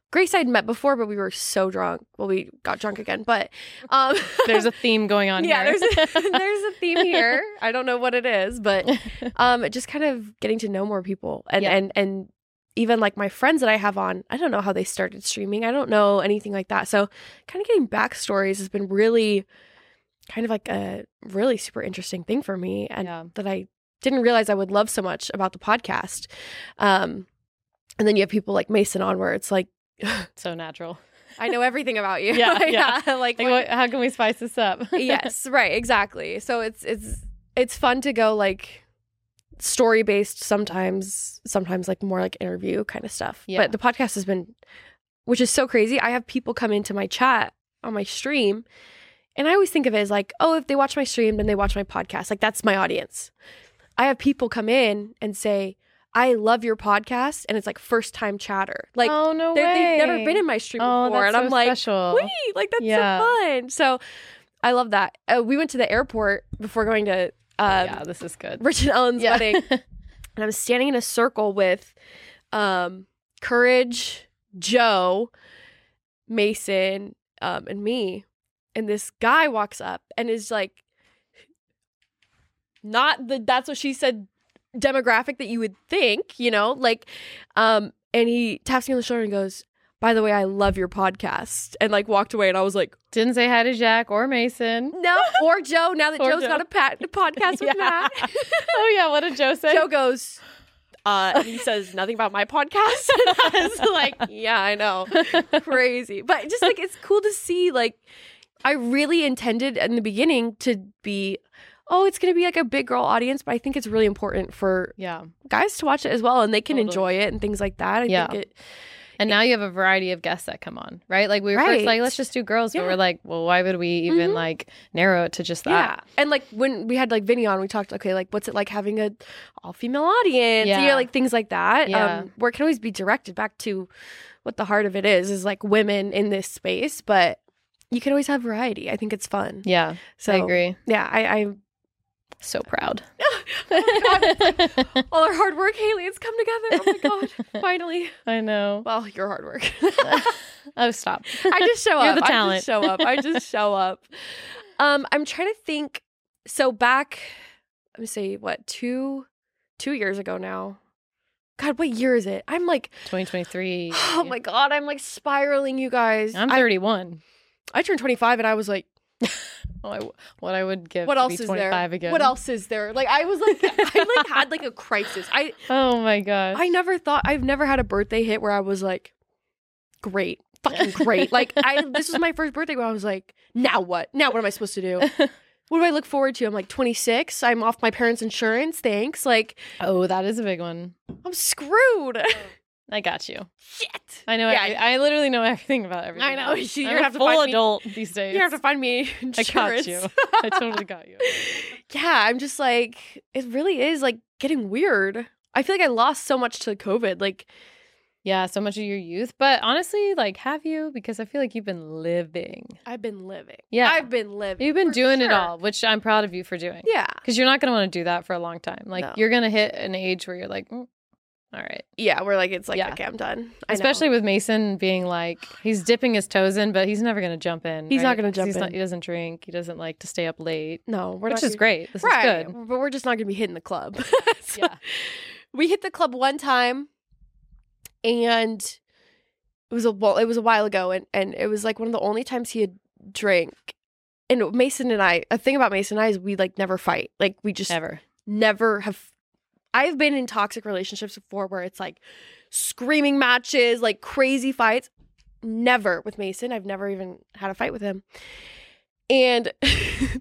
Speaker 1: Grace I'd met before, but we were so drunk. Well, we got drunk again, but um [LAUGHS]
Speaker 2: there's a theme going on
Speaker 1: yeah,
Speaker 2: here.
Speaker 1: there's a, [LAUGHS]
Speaker 2: [LAUGHS]
Speaker 1: there's a theme here. I don't know what it is, but um, just kind of getting to know more people and
Speaker 2: Yeah.
Speaker 1: and and even like my friends that I have on. I don't know how they started streaming. I don't know anything like that. So kind of getting backstories has been really kind of like a really super interesting thing for me and
Speaker 2: Yeah.
Speaker 1: that I didn't realize I would love so much about the podcast. Um, and then you have people like Mason on where it's like.
Speaker 2: so natural
Speaker 1: I know everything about you. [LAUGHS]
Speaker 2: Yeah, yeah.
Speaker 1: Like,
Speaker 2: like
Speaker 1: what-
Speaker 2: what, how can we spice this up
Speaker 1: yes,
Speaker 2: [LAUGHS]
Speaker 1: right, exactly. So it's it's it's fun to go like story based sometimes, sometimes like more like interview kind of stuff.
Speaker 2: Yeah.
Speaker 1: But the podcast has been which is so crazy. I have people come into my chat on my stream and I always think of it as like, oh, if they watch my stream, then they watch my podcast. Like that's my audience. I have people come in and say, I love your podcast and it's like first time chatter. Like
Speaker 2: oh no
Speaker 1: they're-
Speaker 2: way
Speaker 1: they've never been in my stream
Speaker 2: oh,
Speaker 1: before.
Speaker 2: that's
Speaker 1: and
Speaker 2: so
Speaker 1: I'm like,
Speaker 2: special.
Speaker 1: Wait, like that's
Speaker 2: Yeah.
Speaker 1: so fun. So I love that. Uh, we went to the airport before going to um,
Speaker 2: yeah, this is good.
Speaker 1: Rich and Ellen's wedding, and I was standing in a circle with um, Courage, Joe, Mason, um, and me. And this guy walks up and is like, not the that's what she said demographic that you would think, you know, like, um, and he taps me on the shoulder and goes, by the way, I love your podcast. And like walked away, and I was like,
Speaker 2: [LAUGHS] Didn't say hi to Jack
Speaker 1: [LAUGHS]
Speaker 2: or Mason. [LAUGHS]
Speaker 1: no, or Joe. Now that
Speaker 2: Or
Speaker 1: Joe's
Speaker 2: Joe.
Speaker 1: got a, pat- a podcast with
Speaker 2: [LAUGHS] Yeah.
Speaker 1: Matt,
Speaker 2: Oh yeah, what did Joe say?
Speaker 1: Joe goes. Uh, and he says nothing about my podcast. [LAUGHS] And I was like, yeah, I know, crazy. But just like it's cool to see. Like, I really intended in the beginning to be, oh, it's gonna be like a big girl audience, but I think it's really important for
Speaker 2: yeah,
Speaker 1: guys to watch it as well, and they can
Speaker 2: Totally.
Speaker 1: enjoy it and things like that. I
Speaker 2: Yeah.
Speaker 1: think it,
Speaker 2: and now you have a variety of guests that come on, right? Like we were
Speaker 1: Right.
Speaker 2: first like, let's just do girls,
Speaker 1: Yeah.
Speaker 2: but we're like, well, why would we even
Speaker 1: Mhm.
Speaker 2: like narrow it to just
Speaker 1: Yeah.
Speaker 2: that?
Speaker 1: And like when we had like Vinny on, we talked, okay, like what's it like having a all female audience? Yeah. You know,
Speaker 2: Yeah.
Speaker 1: like things like that.
Speaker 2: Yeah.
Speaker 1: Um, where it can always be directed back to what the heart of it is, is like women in this space, but you can always have variety. I think it's fun.
Speaker 2: Yeah,
Speaker 1: So Oh,
Speaker 2: I agree.
Speaker 1: Yeah, I, I
Speaker 2: So
Speaker 1: [LAUGHS]
Speaker 2: proud.
Speaker 1: all our hard work, Haley, it's come together. Oh my god. Finally.
Speaker 2: [LAUGHS] I know.
Speaker 1: Well, your hard work.
Speaker 2: Oh, stop.
Speaker 1: [LAUGHS] I just show
Speaker 2: [LAUGHS] You're
Speaker 1: up.
Speaker 2: the
Speaker 1: I just
Speaker 2: talent.
Speaker 1: show up. I
Speaker 2: [LAUGHS]
Speaker 1: just show up. Um, I'm trying to think. So back, let me say what two, two years ago now. God, what year is it? I'm like, [GASPS]
Speaker 2: 2023.
Speaker 1: [SIGHS] oh my god, I'm like spiraling, you guys.
Speaker 2: I'm
Speaker 1: I,
Speaker 2: 31.
Speaker 1: I turned 25 and I was like,
Speaker 2: Oh, I w what I would give.
Speaker 1: what
Speaker 2: to
Speaker 1: else
Speaker 2: be
Speaker 1: is
Speaker 2: 25
Speaker 1: there?
Speaker 2: Again.
Speaker 1: What else is there? Like I was like, I like had
Speaker 2: [LAUGHS]
Speaker 1: like a crisis. I
Speaker 2: Oh my gosh.
Speaker 1: I never thought I've never had a birthday hit where I was like, great, fucking [LAUGHS] great. like I this was my first birthday where I was like, now what? Now what am I supposed to [LAUGHS] do? What do I look forward to? I'm like 26. I'm off my parents' insurance. Thanks. Like
Speaker 2: oh, that is a big one.
Speaker 1: I'm screwed. [LAUGHS]
Speaker 2: I got you.
Speaker 1: Shit.
Speaker 2: I know.
Speaker 1: Yeah.
Speaker 2: every- I literally know [LAUGHS] everything about everything.
Speaker 1: I know. [LAUGHS]
Speaker 2: else.
Speaker 1: You're
Speaker 2: I'm
Speaker 1: gonna
Speaker 2: a
Speaker 1: have to [LAUGHS]
Speaker 2: full
Speaker 1: find me-
Speaker 2: adult these days.
Speaker 1: You have to find me
Speaker 2: [LAUGHS] I got
Speaker 1: insurance.
Speaker 2: you. I totally got you.
Speaker 1: [LAUGHS] yeah, I'm just like, it really is like getting weird. I feel like I lost so much to COVID. Like,
Speaker 2: Yeah, so much of your youth. But honestly, like, have you? Because I feel like you've been living.
Speaker 1: I've been living.
Speaker 2: Yeah.
Speaker 1: I've been living.
Speaker 2: You've been
Speaker 1: for
Speaker 2: doing it
Speaker 1: sure.
Speaker 2: all, which I'm proud of you for doing.
Speaker 1: Yeah.
Speaker 2: Because you're not going to want to do that for a long time. Like,
Speaker 1: No.
Speaker 2: you're going to hit an age where you're like, "Mm, all right.
Speaker 1: Yeah. We're like, it's like,
Speaker 2: Yeah.
Speaker 1: okay, I'm done. I know.
Speaker 2: Especially with Mason being like, he's dipping his toes in, but he's never going to jump in.
Speaker 1: He's not
Speaker 2: right?
Speaker 1: gonna
Speaker 2: 'Cause
Speaker 1: jump
Speaker 2: he's
Speaker 1: in.
Speaker 2: he doesn't drink. He doesn't like to stay up late,
Speaker 1: no, we're
Speaker 2: which
Speaker 1: not
Speaker 2: is
Speaker 1: doing-
Speaker 2: great. This
Speaker 1: right.
Speaker 2: is
Speaker 1: [LAUGHS]
Speaker 2: good.
Speaker 1: But we're just not going to be hitting the club. [LAUGHS] So-
Speaker 2: Yeah.
Speaker 1: we hit the club one time and it was a well, it was a while ago and and it was like one of the only times he had drank and Mason and I a thing about Mason and I is we like never fight like we just never,
Speaker 2: Never.
Speaker 1: have I've been in toxic relationships before where it's like screaming matches like crazy fights never with Mason I've never even had a fight with him and [LAUGHS]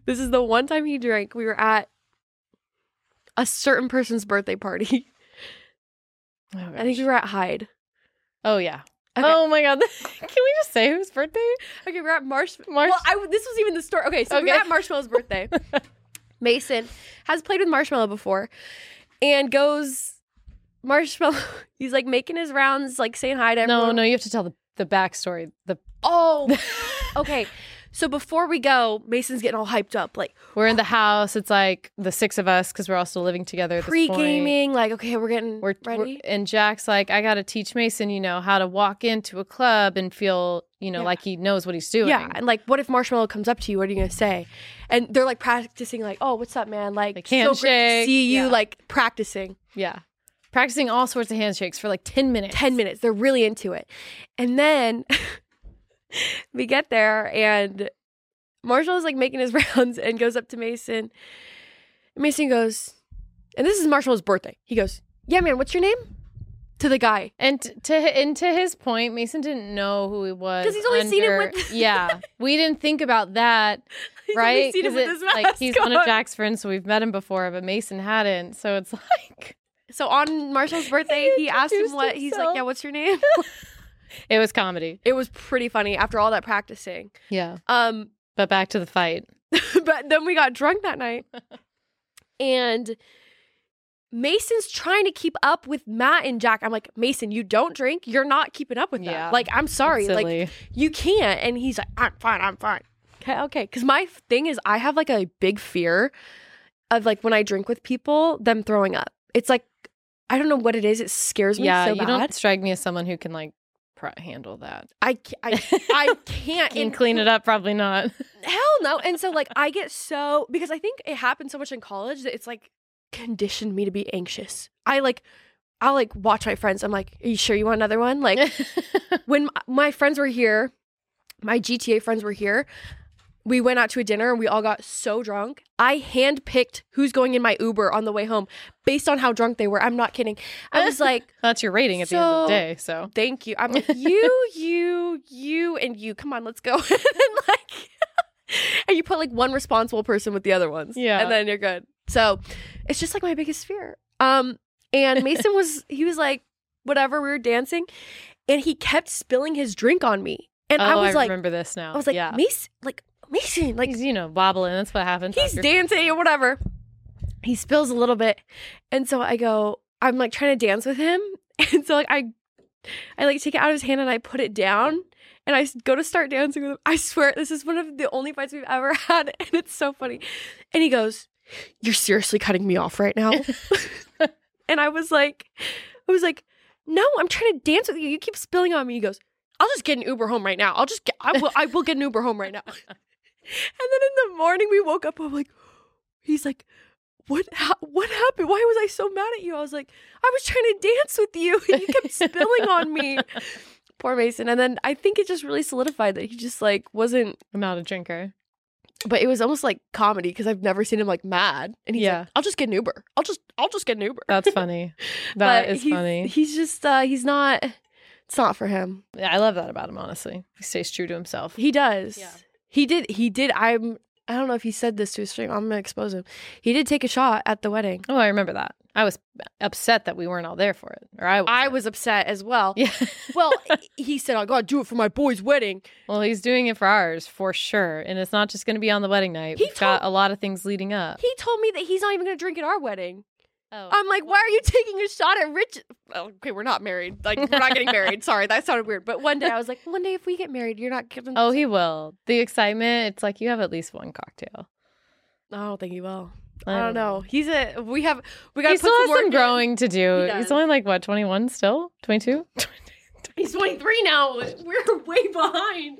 Speaker 1: this is the one time he drank we were at a certain person's birthday party
Speaker 2: Oh,
Speaker 1: I think
Speaker 2: gosh.
Speaker 1: we were at Hyde.
Speaker 2: Oh, yeah.
Speaker 1: Okay.
Speaker 2: Oh, my God. [LAUGHS] Can we just say whose birthday?
Speaker 1: Okay, we're at Marsh.
Speaker 2: Marsh.
Speaker 1: Well, I w this was even the story. Okay, so we
Speaker 2: Okay.
Speaker 1: we're at Marshmallow's
Speaker 2: [LAUGHS]
Speaker 1: birthday. Mason has played with Marshmallow before, and goes Marshmallow. [LAUGHS] He's like making his rounds, like saying hi to
Speaker 2: no,
Speaker 1: everyone.
Speaker 2: no, you have to tell the, the backstory.
Speaker 1: [LAUGHS]
Speaker 2: The [LAUGHS]
Speaker 1: Oh, okay. So before we go, Mason's getting all hyped up, like
Speaker 2: We're in the house. It's like the six of us because we're all still living together. At this
Speaker 1: pre
Speaker 2: point.
Speaker 1: gaming, like okay, we're getting
Speaker 2: We're, we're-
Speaker 1: ready.
Speaker 2: and Jack's like, I gotta teach Mason, you know, how to walk into a club and feel, you know,
Speaker 1: Yeah.
Speaker 2: like he knows what he's doing.
Speaker 1: yeah, and like, what if Marshmallow comes up to you? What are you gonna say? And they're like practicing, like, oh, what's up, man? Like,
Speaker 2: Like,
Speaker 1: so great to
Speaker 2: handshake.
Speaker 1: see you,
Speaker 2: Yeah.
Speaker 1: like practicing.
Speaker 2: yeah. Practicing all sorts of handshakes for like ten minutes.
Speaker 1: 10 minutes. They're really into it. And then [LAUGHS] we get there, and Marshall is like making his [LAUGHS] rounds and goes up to Mason. And Mason goes, and this is Marshall's birthday. He goes, Yeah, man, what's your name? To the guy.
Speaker 2: And t- to and to his point, Mason didn't know who he was
Speaker 1: 'Cause he's only seen him
Speaker 2: under-
Speaker 1: with- [LAUGHS]
Speaker 2: yeah, we didn't think about that,
Speaker 1: [LAUGHS] He's only
Speaker 2: right?
Speaker 1: seen him
Speaker 2: 'Cause
Speaker 1: with
Speaker 2: it-
Speaker 1: his
Speaker 2: like
Speaker 1: mask
Speaker 2: he's one of
Speaker 1: on. [LAUGHS]
Speaker 2: Jack's friends, so we've met him before, but Mason hadn't. So it's [LAUGHS] like
Speaker 1: So on Marshall's birthday, he,
Speaker 2: He
Speaker 1: asked him
Speaker 2: introduced
Speaker 1: what he's like,
Speaker 2: himself.
Speaker 1: Yeah, what's your name?
Speaker 2: it was comedy.
Speaker 1: it was pretty funny after all that practicing.
Speaker 2: Yeah,
Speaker 1: Um,
Speaker 2: but back to the fight.
Speaker 1: [LAUGHS] but then we got drunk that night. And Mason's trying to keep up with Matt and Jack. I'm like, Mason, you don't drink. You're not keeping up with them.
Speaker 2: Yeah.
Speaker 1: Like, I'm sorry. Like,
Speaker 2: Silly.
Speaker 1: you can't. And he's like, I'm fine. I'm fine. Okay. Okay. Because my thing is, I have like a big fear of like when I drink with people, them throwing up. It's like, I don't know what it is. It scares me
Speaker 2: yeah,
Speaker 1: so
Speaker 2: you
Speaker 1: bad.
Speaker 2: don't strike me as someone who can like pr- handle that.
Speaker 1: I, ca-
Speaker 2: [LAUGHS]
Speaker 1: I, [LAUGHS] I can't.
Speaker 2: Can
Speaker 1: in-
Speaker 2: clean it up, probably not.
Speaker 1: Hell no. And so like I get so because I think it happened so much in college that it's like conditioned me to be anxious. I like I'll like watch my friends. I'm like, "Are you sure you want another one?" Like when m- my friends were here, my GTA friends were here, we went out to a dinner and we all got so drunk. I handpicked who's going in my Uber on the way home based on how drunk they were. I'm not kidding. I was like,
Speaker 2: [LAUGHS] That's your rating at the end of the
Speaker 1: So-
Speaker 2: day. So
Speaker 1: thank you. I'm
Speaker 2: [LAUGHS]
Speaker 1: like, you, you, you, and you. Come on, let's go. [LAUGHS] and like, [LAUGHS] and you put like one responsible person with the other ones.
Speaker 2: Yeah.
Speaker 1: And then you're good. So it's just like my biggest fear. Um,
Speaker 2: [LAUGHS]
Speaker 1: and Mason was, he was like, whatever, we were dancing and he kept spilling his drink on me. And
Speaker 2: oh,
Speaker 1: I was like,
Speaker 2: remember this now.
Speaker 1: I was like,
Speaker 2: yeah,
Speaker 1: Mason, like, Mason, like,
Speaker 2: he's you know wobbling. That's what happens.
Speaker 1: he's
Speaker 2: after-
Speaker 1: dancing or whatever. He spills a little bit, and so I go. I'm like trying to dance with him, [LAUGHS] and so like I, I like take it out of his hand and I put it down, and I s- go to start dancing with him. I swear this is one of the only fights we've ever [LAUGHS] had, and it's so funny. And he goes, "You're seriously cutting me off right now," and I was like, I was like, "No, I'm trying to dance with you. You keep spilling on me." He goes. I'll just get an Uber home right now. I'll just get, I will, I will get an Uber home [LAUGHS] right now. And then in the morning we woke up. I'm like, he's like, what? ha- what happened? Why was I so mad at you? I was like, I was trying to dance with you, and you kept spilling on me. [LAUGHS] Poor Mason. And then I think it just really solidified that he just like wasn't.
Speaker 2: I'm not
Speaker 1: [LAUGHS]
Speaker 2: a drinker.
Speaker 1: But it was almost like comedy because I've never seen him like mad. And he's
Speaker 2: Yeah.
Speaker 1: like, I'll just get an Uber. I'll just, I'll just get an Uber.
Speaker 2: That's funny. That
Speaker 1: But
Speaker 2: is
Speaker 1: he's-
Speaker 2: funny.
Speaker 1: He's just, uh he's not. It's not for him.
Speaker 2: Yeah, I love that about him. Honestly, he stays true to himself.
Speaker 1: He does.
Speaker 2: Yeah.
Speaker 1: He did. He did. I'm I don't know if he said this to his string. I'm gonna expose him. He did take a shot at the wedding.
Speaker 2: Oh, I remember that. I was upset that we weren't all there for it. Or I was.
Speaker 1: I was upset as well.
Speaker 2: [LAUGHS] Yeah.
Speaker 1: Well, he said, "I gotta do it for my boy's wedding."
Speaker 2: well, he's doing it for ours for sure, and it's not just going to be on the wedding night.
Speaker 1: He
Speaker 2: We've got a lot of things leading up.
Speaker 1: He told me that he's not even gonna drink at our wedding.
Speaker 2: oh,
Speaker 1: I'm like, why are you taking a shot at Rich? Oh, okay, we're not married. Like, we're not getting
Speaker 2: [LAUGHS]
Speaker 1: married. Sorry, that sounded weird. But one day I was like, one day if we get married, you're not giving.
Speaker 2: oh, he will. The excitement. It's like you have at least one cocktail. Um,
Speaker 1: I don't think he will. I don't know. He's a. We have. We gotta
Speaker 2: He
Speaker 1: put
Speaker 2: still
Speaker 1: some
Speaker 2: has
Speaker 1: work
Speaker 2: some
Speaker 1: in.
Speaker 2: growing to do.
Speaker 1: He
Speaker 2: He's
Speaker 1: does.
Speaker 2: only like what, twenty one still, twenty
Speaker 1: [LAUGHS]
Speaker 2: two.
Speaker 1: He's 23 now. We're [LAUGHS] way behind.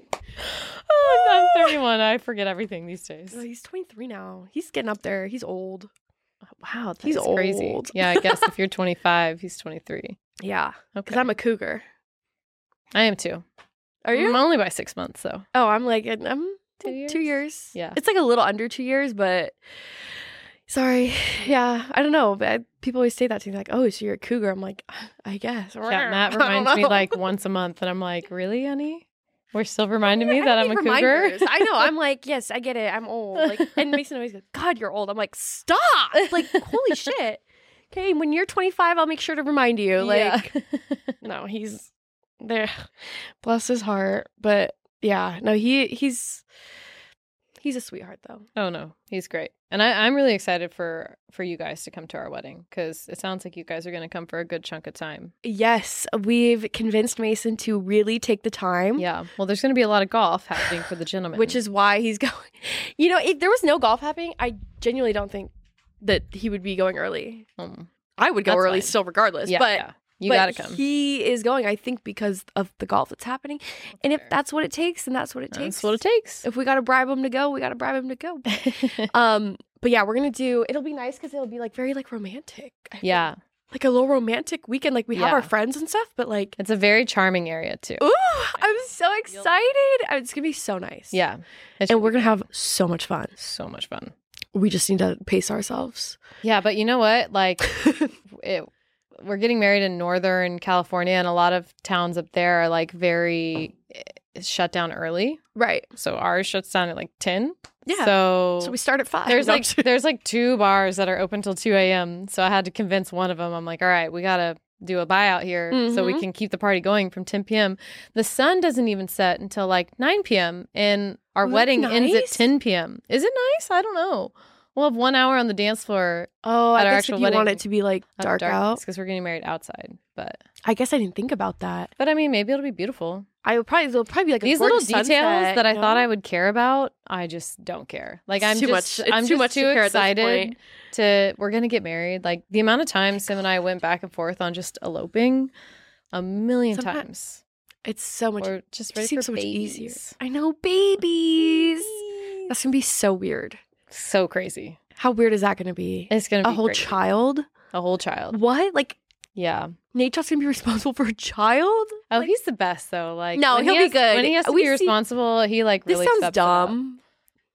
Speaker 2: Oh, I'm thirty one. I forget everything these days.
Speaker 1: No, he's 23 now. He's getting up there. He's old.
Speaker 2: Wow, that's
Speaker 1: He's
Speaker 2: crazy.
Speaker 1: old.
Speaker 2: Yeah, I
Speaker 1: [LAUGHS]
Speaker 2: guess if you're twenty five, he's twenty three.
Speaker 1: Yeah, because
Speaker 2: Okay,
Speaker 1: I'm a cougar.
Speaker 2: I am too.
Speaker 1: Are you?
Speaker 2: I'm only by six months though.
Speaker 1: oh, I'm like I'm
Speaker 2: Two years?
Speaker 1: Two years.
Speaker 2: Yeah.
Speaker 1: it's like a little under two years, but sorry. Yeah, I don't know. But I- people always say that to me, like, "Oh, so you're a cougar?" I'm like, I guess. [LAUGHS]
Speaker 2: Yeah,
Speaker 1: I
Speaker 2: Matt
Speaker 1: don't
Speaker 2: reminds me
Speaker 1: know.
Speaker 2: like once a month, and I'm like, really, honey?
Speaker 1: [LAUGHS]
Speaker 2: We're still reminding me
Speaker 1: I
Speaker 2: that
Speaker 1: don't
Speaker 2: I'm a
Speaker 1: need
Speaker 2: cougar. [LAUGHS]
Speaker 1: reminders. I know. I'm [LAUGHS] like, yes, I get it. I'm old. [LAUGHS] Like, and Mason always goes, "God, you're old." I'm like, stop. Like, holy [LAUGHS] shit. Okay, when you're 25, I'll make sure to remind you. Like, no, he's there. Bless his heart, but yeah, no, he he's he's a sweetheart though.
Speaker 2: [LAUGHS] oh no, he's great, and I, I'm really excited for for you guys to come to our wedding because it sounds like you guys are going to come for a good chunk of time.
Speaker 1: Yes, we've convinced Mason to really take the time.
Speaker 2: Yeah. Well, there's going to be a lot of golf happening for the gentlemen,
Speaker 1: Mm-hmm. Which is why he's [LAUGHS] going. You know, if there was no golf happening, I genuinely don't think that he would be going early.
Speaker 2: Mm.
Speaker 1: I would go
Speaker 2: That's
Speaker 1: early
Speaker 2: fine.
Speaker 1: still, regardless.
Speaker 2: yeah,
Speaker 1: but
Speaker 2: yeah. you
Speaker 1: but
Speaker 2: got to come.
Speaker 1: He is going, I think, because of the golf that's happening. And if
Speaker 2: Fair.
Speaker 1: that's what it takes, then that's what it takes.
Speaker 2: that's what it takes.
Speaker 1: [LAUGHS]
Speaker 2: [LAUGHS]
Speaker 1: If we gotta bribe him to go, we gotta bribe him to go. um, but yeah, we're gonna do. It'll be nice because it'll be like very like romantic. I feel.
Speaker 2: yeah,
Speaker 1: like a little romantic weekend. Like we have our
Speaker 2: Yeah.
Speaker 1: friends and stuff, but like
Speaker 2: it's a very charming area too.
Speaker 1: Ooh, I'm so
Speaker 2: You'll-
Speaker 1: excited. Uh, It's gonna be so nice.
Speaker 2: Yeah, It should
Speaker 1: And we're gonna have so much fun.
Speaker 2: be so much fun.
Speaker 1: We just need to pace
Speaker 2: [LAUGHS]
Speaker 1: ourselves.
Speaker 2: Yeah, but you know what? Like, it, we're getting married in Northern California, and a lot of towns up there are like very eh, shut down early.
Speaker 1: right.
Speaker 2: So ours shuts down at like ten.
Speaker 1: Yeah.
Speaker 2: So,
Speaker 1: So we start at five.
Speaker 2: there's
Speaker 1: No, I'm
Speaker 2: like
Speaker 1: just-
Speaker 2: there's like two bars that are open till two a.m. So I had to convince one of them. I'm like, all right, we gotta do a buyout here so we
Speaker 1: Mhm.
Speaker 2: can keep the party going from 10 p.m. The sun doesn't even set until like 9 p.m. and our
Speaker 1: Well, that's
Speaker 2: wedding ends at
Speaker 1: nice.
Speaker 2: 10 p.m. Is it nice? I don't know. We'll have one hour on the dance floor
Speaker 1: oh, I
Speaker 2: at our
Speaker 1: guess if
Speaker 2: actual
Speaker 1: you want
Speaker 2: wedding-
Speaker 1: it to be like dark, out.
Speaker 2: because we're getting married outside. But
Speaker 1: I guess I didn't think about that.
Speaker 2: but I mean, maybe it'll be beautiful.
Speaker 1: I would probably there'll probably be like a
Speaker 2: These little
Speaker 1: gorgeous
Speaker 2: details
Speaker 1: sunset,
Speaker 2: that I
Speaker 1: you
Speaker 2: thought
Speaker 1: know?
Speaker 2: I would care about, I just don't care. Like
Speaker 1: It's
Speaker 2: I'm
Speaker 1: too
Speaker 2: just,
Speaker 1: much- it's
Speaker 2: I'm
Speaker 1: too
Speaker 2: just
Speaker 1: much to
Speaker 2: too
Speaker 1: care at this
Speaker 2: excited
Speaker 1: point.
Speaker 2: to. We're gonna get married. Like the amount of times Sim and I went back and forth on just eloping, a million
Speaker 1: Sometimes-
Speaker 2: times.
Speaker 1: It's so much.
Speaker 2: We're just
Speaker 1: It
Speaker 2: ready
Speaker 1: seems
Speaker 2: for
Speaker 1: so much easier.
Speaker 2: babies.
Speaker 1: I know babies. That's gonna be so weird.
Speaker 2: So crazy.
Speaker 1: How weird is that gonna be?
Speaker 2: It's gonna
Speaker 1: a
Speaker 2: be
Speaker 1: whole
Speaker 2: great.
Speaker 1: child?
Speaker 2: A whole child.
Speaker 1: What? Like
Speaker 2: Yeah.
Speaker 1: Nate's gonna be [LAUGHS] responsible for a child?
Speaker 2: Oh,
Speaker 1: Like-
Speaker 2: he's the best though. Like
Speaker 1: No,
Speaker 2: when
Speaker 1: he'll
Speaker 2: he
Speaker 1: be
Speaker 2: has-
Speaker 1: good.
Speaker 2: When he has to
Speaker 1: We
Speaker 2: be
Speaker 1: see-
Speaker 2: responsible, he like
Speaker 1: This
Speaker 2: really
Speaker 1: sounds
Speaker 2: steps it up.
Speaker 1: dumb,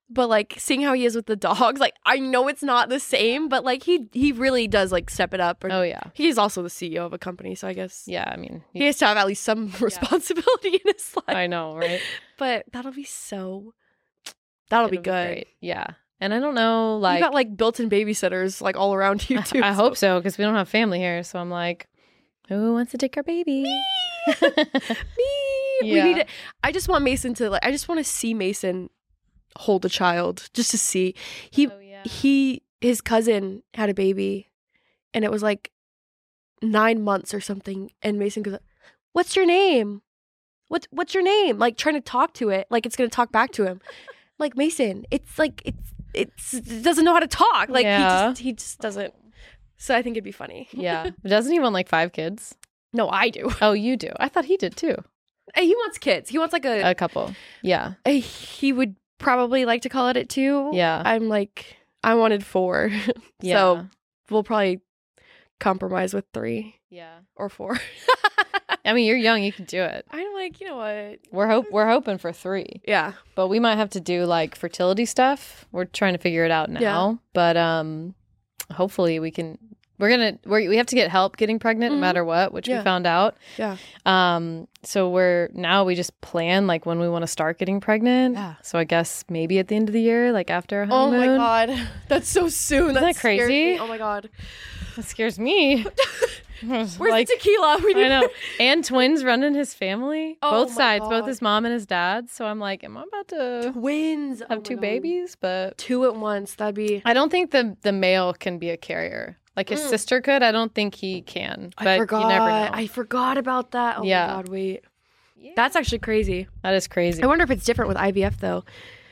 Speaker 1: but like seeing how he is with the dogs, like I know it's not the same, but like he he really does like step it up. Or,
Speaker 2: Oh yeah.
Speaker 1: He's also the CEO of a company, so I guess
Speaker 2: Yeah, I mean,
Speaker 1: he has to have at least some [LAUGHS] responsibility in his life.
Speaker 2: I know, right?
Speaker 1: But that'll be so. That'll be
Speaker 2: It'll
Speaker 1: good.
Speaker 2: great. yeah. And I don't know, like,
Speaker 1: Oh, you got like built-in babysitters like all around you too.
Speaker 2: [LAUGHS] I,
Speaker 1: [LAUGHS]
Speaker 2: I hope so because we don't have family here. So I'm like, who wants to take our baby? [LAUGHS]
Speaker 1: [LAUGHS] Me. We
Speaker 2: Yeah.
Speaker 1: need it. I just want Mason to like. I just want to see Mason hold a child, just to see. He
Speaker 2: yeah.
Speaker 1: he his cousin had a baby and it was like nine months or something and mason goes what's your name what's what's your name like trying to talk to it like it's gonna talk back to him like mason it's like it's it's it doesn't know how to talk like
Speaker 2: Yeah.
Speaker 1: he just he just doesn't so i think it'd be funny
Speaker 2: yeah.
Speaker 1: [LAUGHS]
Speaker 2: But Doesn't he want like five kids?
Speaker 1: no i do
Speaker 2: Oh, you do. I thought he did too.
Speaker 1: And he wants kids he wants like a,
Speaker 2: A couple. Yeah.
Speaker 1: a- he would probably like to call it at two
Speaker 2: Yeah.
Speaker 1: i'm like i wanted four [LAUGHS]
Speaker 2: Yeah.
Speaker 1: so we'll probably compromise with three [LAUGHS]
Speaker 2: yeah.
Speaker 1: or four.
Speaker 2: I mean, you're young. You can do it.
Speaker 1: I'm like, you know what?
Speaker 2: We're hope we're hoping for three,
Speaker 1: Yeah.
Speaker 2: but we might have to do like fertility stuff. We're trying to figure it out now.
Speaker 1: Yeah.
Speaker 2: But um, hopefully we can we're gonna we're, we have to get help getting pregnant
Speaker 1: Mhm.
Speaker 2: no matter what, which
Speaker 1: Yeah.
Speaker 2: we found out.
Speaker 1: Yeah.
Speaker 2: Um. So we're now we just plan like when we want to start getting pregnant.
Speaker 1: Yeah.
Speaker 2: So I guess maybe at the end of the year, like after our
Speaker 1: Oh my
Speaker 2: honeymoon.
Speaker 1: god, [LAUGHS] that's so soon.
Speaker 2: Isn't that
Speaker 1: scares
Speaker 2: crazy?
Speaker 1: me. Oh my god,
Speaker 2: That scares me. [LAUGHS]
Speaker 1: [LAUGHS]
Speaker 2: Where's
Speaker 1: where's the tequila? We
Speaker 2: I
Speaker 1: [LAUGHS]
Speaker 2: know. And twins running his family,
Speaker 1: Oh
Speaker 2: both
Speaker 1: my
Speaker 2: sides,
Speaker 1: God.
Speaker 2: both his mom and his dad. So I'm like, am I about to
Speaker 1: twins. Oh
Speaker 2: have
Speaker 1: my
Speaker 2: two
Speaker 1: God.
Speaker 2: babies? But
Speaker 1: Two at once. That'd be.
Speaker 2: I don't think the the male can be a carrier. Like his
Speaker 1: Mm.
Speaker 2: sister could. I don't think he can. But
Speaker 1: I forgot.
Speaker 2: you never know.
Speaker 1: I forgot about that. Oh
Speaker 2: Yeah.
Speaker 1: my god, wait.
Speaker 2: Yeah.
Speaker 1: That's actually crazy.
Speaker 2: that is crazy.
Speaker 1: I wonder if it's different with IVF though.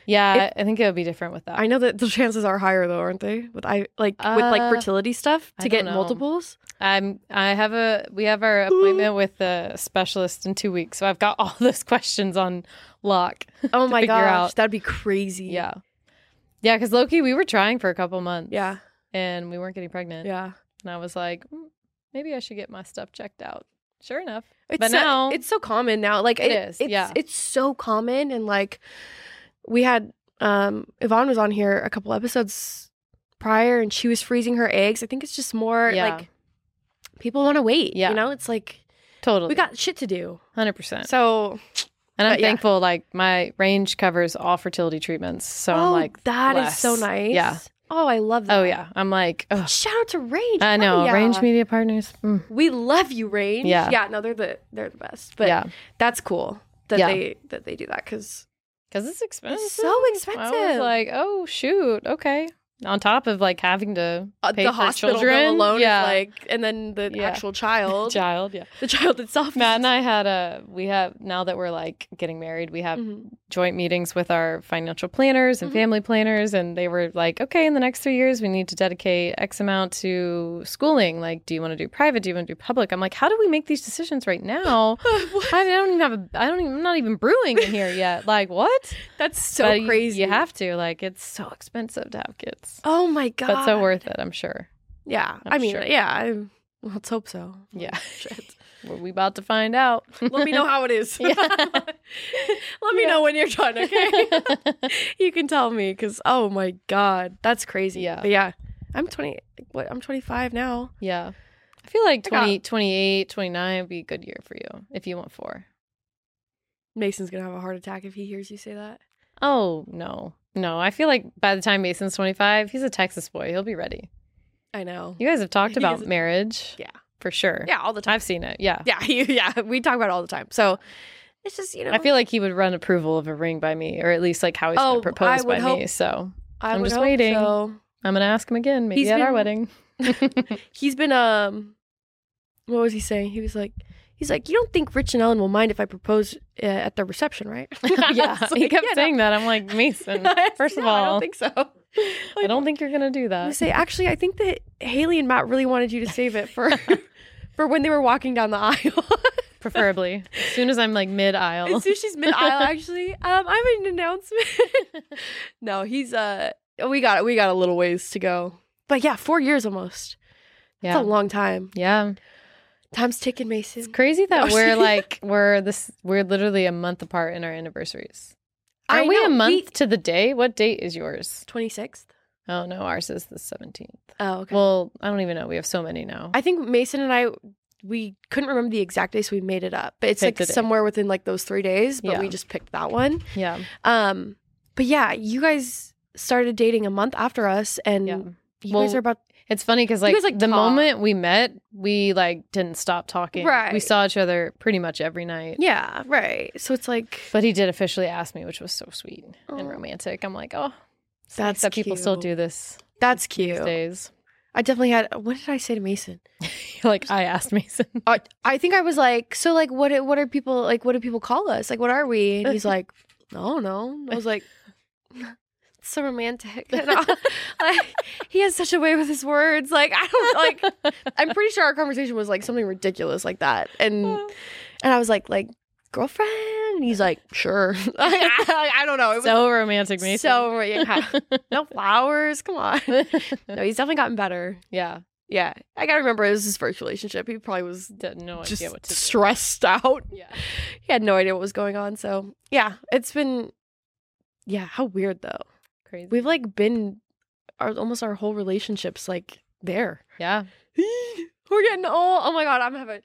Speaker 2: yeah, I think it would be different with that.
Speaker 1: I know that the chances are higher though, aren't they? With I like with like
Speaker 2: Uh,
Speaker 1: fertility stuff
Speaker 2: I
Speaker 1: to
Speaker 2: don't
Speaker 1: get
Speaker 2: know. [LAUGHS]
Speaker 1: multiples.
Speaker 2: I'm. I have a. We have our appointment with the specialist in two weeks, so I've got all [LAUGHS] those questions on lock.
Speaker 1: Oh my
Speaker 2: figure
Speaker 1: gosh,
Speaker 2: out.
Speaker 1: that'd be crazy.
Speaker 2: yeah, yeah. Because Loki, we were trying for a couple months.
Speaker 1: Yeah.
Speaker 2: and we weren't getting pregnant.
Speaker 1: Yeah.
Speaker 2: And I was like, "Mm, maybe I should get my stuff checked out. Sure enough.
Speaker 1: It's
Speaker 2: But
Speaker 1: so,
Speaker 2: now-
Speaker 1: it's so common now. Like
Speaker 2: It
Speaker 1: it,
Speaker 2: is,
Speaker 1: It's,
Speaker 2: yeah.
Speaker 1: it's so common, and like we had um Yvonne was on here a couple episodes prior, and she was freezing her eggs. I think it's just more
Speaker 2: Yeah.
Speaker 1: like people want to wait.
Speaker 2: Yeah. Uh,
Speaker 1: You know, it's like
Speaker 2: Totally.
Speaker 1: we got shit to do.
Speaker 2: 100%.
Speaker 1: So
Speaker 2: and I'm
Speaker 1: but yeah.
Speaker 2: thankful, like, my range covers all fertility treatments. So I'm
Speaker 1: oh,
Speaker 2: like,
Speaker 1: that is so
Speaker 2: blessed.
Speaker 1: nice.
Speaker 2: Yeah.
Speaker 1: Oh, I love that.
Speaker 2: oh, yeah. I'm like, oh,
Speaker 1: Shout out to Range.
Speaker 2: I know.
Speaker 1: Hell yeah.
Speaker 2: Range Media Partners. Mm.
Speaker 1: We love you, Range.
Speaker 2: Yeah.
Speaker 1: Yeah. No, they're the they're the best. But
Speaker 2: yeah.
Speaker 1: that's cool that
Speaker 2: Yeah.
Speaker 1: they that they do that because
Speaker 2: Because it's expensive.
Speaker 1: it's so expensive.
Speaker 2: I was like, oh, shoot. Okay. On top of like having to
Speaker 1: Uh,
Speaker 2: pay
Speaker 1: the
Speaker 2: for
Speaker 1: hospital bill
Speaker 2: children.
Speaker 1: alone
Speaker 2: yeah.
Speaker 1: is
Speaker 2: [LAUGHS]
Speaker 1: like, and then the
Speaker 2: Yeah.
Speaker 1: actual
Speaker 2: [LAUGHS]
Speaker 1: child,
Speaker 2: child. Yeah.
Speaker 1: the child itself.
Speaker 2: Matt
Speaker 1: [LAUGHS]
Speaker 2: and I had a, we have, now that we're like getting married, we have
Speaker 1: Mhm.
Speaker 2: joint meetings with our financial planners and
Speaker 1: Mhm.
Speaker 2: family planners and they were like okay in the next three years we need to dedicate x amount to schooling like do you want to do private do you want to do public i'm like how do we make these decisions right
Speaker 1: [LAUGHS]
Speaker 2: now
Speaker 1: What?
Speaker 2: i don't even have a i don't even i'm not even brewing in here
Speaker 1: [LAUGHS]
Speaker 2: yet like what
Speaker 1: That's so
Speaker 2: But you-
Speaker 1: crazy.
Speaker 2: you, have to like it's so expensive to have kids
Speaker 1: Oh my god.
Speaker 2: but so worth it i'm sure
Speaker 1: Yeah. i
Speaker 2: I'm
Speaker 1: mean,
Speaker 2: sure.
Speaker 1: yeah. I, let's hope so.
Speaker 2: Yeah.
Speaker 1: Shit.
Speaker 2: Well, we about to find out
Speaker 1: [LAUGHS]
Speaker 2: [LAUGHS]
Speaker 1: Let me know how it is.
Speaker 2: Yeah.
Speaker 1: [LAUGHS] Let me
Speaker 2: Yeah.
Speaker 1: know when you're done,
Speaker 2: [LAUGHS]
Speaker 1: okay? [LAUGHS] you can tell me because oh my god, that's crazy.
Speaker 2: Yeah.
Speaker 1: But yeah, I'm 20. What? I'm 25 now.
Speaker 2: [LAUGHS] yeah i feel like
Speaker 1: I got-
Speaker 2: 20, 28 29 would be a good year for you if you want four
Speaker 1: Mason's gonna have a heart attack if he hears you say that.
Speaker 2: Oh no, no! I feel like by the time Mason's twenty five, he's a Texas boy. He'll be ready.
Speaker 1: I know.
Speaker 2: You guys have talked
Speaker 1: He
Speaker 2: about
Speaker 1: is a-
Speaker 2: marriage,
Speaker 1: Yeah.
Speaker 2: for sure.
Speaker 1: Yeah, all the time.
Speaker 2: I've seen it. Yeah.
Speaker 1: Yeah, [LAUGHS] you, yeah. We talk about it all the time. So it's just you know.
Speaker 2: I feel like he would run approval of a ring by me, or at least like how he's
Speaker 1: Oh,
Speaker 2: gonna propose
Speaker 1: I would
Speaker 2: by me.
Speaker 1: hope-
Speaker 2: So
Speaker 1: I
Speaker 2: I'm
Speaker 1: would
Speaker 2: just
Speaker 1: hope
Speaker 2: waiting.
Speaker 1: So.
Speaker 2: I'm gonna ask him again, maybe
Speaker 1: He's
Speaker 2: at our
Speaker 1: been-
Speaker 2: wedding.
Speaker 1: He's been um, what was he saying? He was like, he's like, you don't think Rich and Ellen will mind if I propose uh, at their reception, right?
Speaker 2: [LAUGHS]
Speaker 1: [LAUGHS]
Speaker 2: yeah,
Speaker 1: I was
Speaker 2: he
Speaker 1: like, [LAUGHS]
Speaker 2: kept
Speaker 1: "Yeah, no."
Speaker 2: saying that. I'm like Mason. First
Speaker 1: [LAUGHS]
Speaker 2: of
Speaker 1: No, I don't
Speaker 2: all,
Speaker 1: think so.
Speaker 2: I don't think you're gonna do
Speaker 1: You
Speaker 2: that.
Speaker 1: [LAUGHS] say actually, I think that Haley and Matt really wanted you to save it
Speaker 2: [LAUGHS]
Speaker 1: for [LAUGHS] for when they were walking down the aisle. [LAUGHS]
Speaker 2: Preferably, as soon as I'm like mid aisle.
Speaker 1: as soon as she's mid
Speaker 2: [LAUGHS]
Speaker 1: aisle, actually, um, I have an announcement. [LAUGHS] no, he's uh, we got we got a little ways to go, but yeah, four years almost. It's
Speaker 2: Yeah,
Speaker 1: a long time.
Speaker 2: yeah.
Speaker 1: Time's ticking, Mason.
Speaker 2: It's crazy that
Speaker 1: No, [LAUGHS]
Speaker 2: we're
Speaker 1: she-
Speaker 2: like we're this we're literally a month apart in our anniversaries.
Speaker 1: I
Speaker 2: Are we
Speaker 1: know,
Speaker 2: a month to the day? What date is yours?
Speaker 1: Twenty sixth.
Speaker 2: Oh no, ours is the seventeenth.
Speaker 1: Oh, okay.
Speaker 2: Well, I don't even know. We have so many now.
Speaker 1: I think Mason and I we couldn't remember the exact day, so we made it up. But it's
Speaker 2: Picked
Speaker 1: like
Speaker 2: a day.
Speaker 1: somewhere within like those three days. But we
Speaker 2: Yeah.
Speaker 1: just picked that one.
Speaker 2: yeah,
Speaker 1: Um, but yeah, you guys started dating a month after us, and
Speaker 2: yeah.
Speaker 1: you guys
Speaker 2: Well,
Speaker 1: are about
Speaker 2: It's funny because
Speaker 1: Mm. You
Speaker 2: like,
Speaker 1: guys, like,
Speaker 2: the
Speaker 1: talk.
Speaker 2: moment we met, we like didn't stop talking. We
Speaker 1: Right.
Speaker 2: saw each other pretty much every night.
Speaker 1: yeah, right. So it's like
Speaker 2: But he did officially ask me, which was so sweet and
Speaker 1: Aw.
Speaker 2: romantic. I'm like, oh, it's
Speaker 1: That's
Speaker 2: nice that people still
Speaker 1: cute.
Speaker 2: do this
Speaker 1: that's
Speaker 2: these
Speaker 1: cute.
Speaker 2: days. [LAUGHS]
Speaker 1: I definitely had. What did I say to Mason?
Speaker 2: like I asked Mason.
Speaker 1: Uh, I think I was like, so like, what? What are people like? What do people call us? Like, what are we? And
Speaker 2: [LAUGHS]
Speaker 1: he's like, no, no. I was like, [LAUGHS] so romantic. [LAUGHS] And I- like, he has such a way with his words. Like, I don't [LAUGHS]
Speaker 2: [LAUGHS]
Speaker 1: like. mm, I'm pretty sure our conversation was like something ridiculous like that,
Speaker 2: [LAUGHS]
Speaker 1: and
Speaker 2: Uh.
Speaker 1: and I was like, like girlfriend. And he's like, sure. [LAUGHS]
Speaker 2: [LAUGHS]
Speaker 1: I, I- I don't know. It was
Speaker 2: so romantic, Mason.
Speaker 1: so [LAUGHS] yeah. no flowers. Come on. [LAUGHS] No, he's definitely gotten better.
Speaker 2: [LAUGHS] yeah,
Speaker 1: Yeah, I gotta remember it was his first relationship. He probably was
Speaker 2: d- no
Speaker 1: just
Speaker 2: idea what to do.
Speaker 1: stressed [LAUGHS] out.
Speaker 2: Yeah.
Speaker 1: He had no idea what was going on. So yeah, it's been yeah. How weird though.
Speaker 2: Crazy.
Speaker 1: We've like been our almost our whole relationships like there. [GASPS]
Speaker 2: yeah.
Speaker 1: We're getting old. Oh my god, I'm having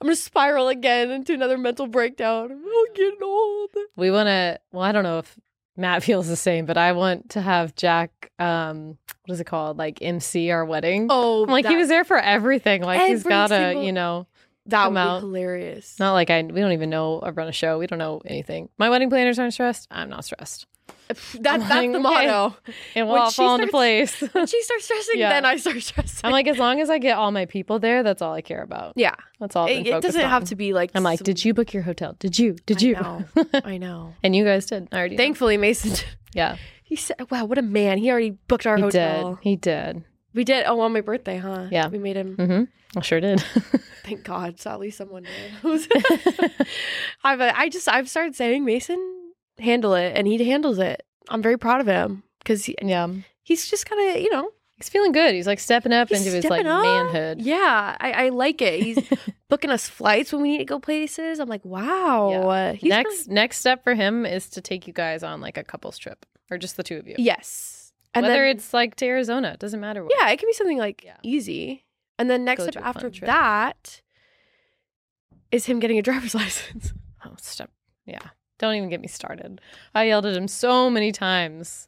Speaker 1: I'm gonna spiral again into another mental breakdown. We're getting old.
Speaker 2: We want to. Well, I don't know if Matt [LAUGHS] feels the same, but I want to have Jack. Um, what is it called? Like MC our wedding.
Speaker 1: Oh
Speaker 2: I'm like he
Speaker 1: that-
Speaker 2: was there for everything. Like he's
Speaker 1: Every
Speaker 2: gotta,
Speaker 1: single-
Speaker 2: you know.
Speaker 1: that
Speaker 2: come
Speaker 1: would
Speaker 2: out.
Speaker 1: be hilarious.
Speaker 2: It's not like I. We don't even know. I run a show. We don't know anything. My wedding planners aren't stressed. I'm not stressed.
Speaker 1: Pff, that,
Speaker 2: I'm
Speaker 1: that's the
Speaker 2: like, okay. [LAUGHS]
Speaker 1: motto.
Speaker 2: It will
Speaker 1: When
Speaker 2: all
Speaker 1: she
Speaker 2: fall into place.
Speaker 1: [LAUGHS] When she starts stressing,
Speaker 2: Yeah.
Speaker 1: then I start stressing.
Speaker 2: [LAUGHS] I'm like, as long as I get all my people there, that's all I care about.
Speaker 1: yeah.
Speaker 2: That's all. I've been
Speaker 1: It, it
Speaker 2: focused
Speaker 1: doesn't
Speaker 2: on.
Speaker 1: have to be like
Speaker 2: I'm like,
Speaker 1: some-
Speaker 2: did you book your hotel? Did you? Did
Speaker 1: I
Speaker 2: you?
Speaker 1: know. I know.
Speaker 2: [LAUGHS] and you guys did. I already. know.
Speaker 1: Thankfully, Mason.
Speaker 2: Yeah,
Speaker 1: He said, "Wow, what a man! He already booked our
Speaker 2: he
Speaker 1: hotel.
Speaker 2: did. He did.
Speaker 1: We did. Oh, on my birthday, huh?
Speaker 2: Yeah.
Speaker 1: we made him.
Speaker 2: Mm-hmm. I
Speaker 1: [LAUGHS]
Speaker 2: sure did.
Speaker 1: Thank God. So at least someone
Speaker 2: [LAUGHS]
Speaker 1: knows. [LAUGHS] I've uh, I just I've started saying Mason handle it, and he handles it. I'm very proud of him because he,
Speaker 2: yeah,
Speaker 1: he's just kind of you know
Speaker 2: he's feeling good. He's like stepping up
Speaker 1: He's
Speaker 2: into his like
Speaker 1: stepping up.
Speaker 2: manhood.
Speaker 1: yeah I, I like it.
Speaker 2: [LAUGHS]
Speaker 1: He's booking us flights when we need to go places. I'm like wow. He's
Speaker 2: next next step for him is to take you guys on like a couples trip or just the two of you.
Speaker 1: really- yes, and
Speaker 2: Whether
Speaker 1: then
Speaker 2: it's like to Arizona, it doesn't matter. What.
Speaker 1: yeah, it can be something like
Speaker 2: Yeah.
Speaker 1: easy. And then next
Speaker 2: Go
Speaker 1: step
Speaker 2: do a
Speaker 1: after
Speaker 2: fun trip.
Speaker 1: that is him getting a driver's [LAUGHS] license.
Speaker 2: Oh, step. Yeah. Don't even get me started. I yelled at him so many times.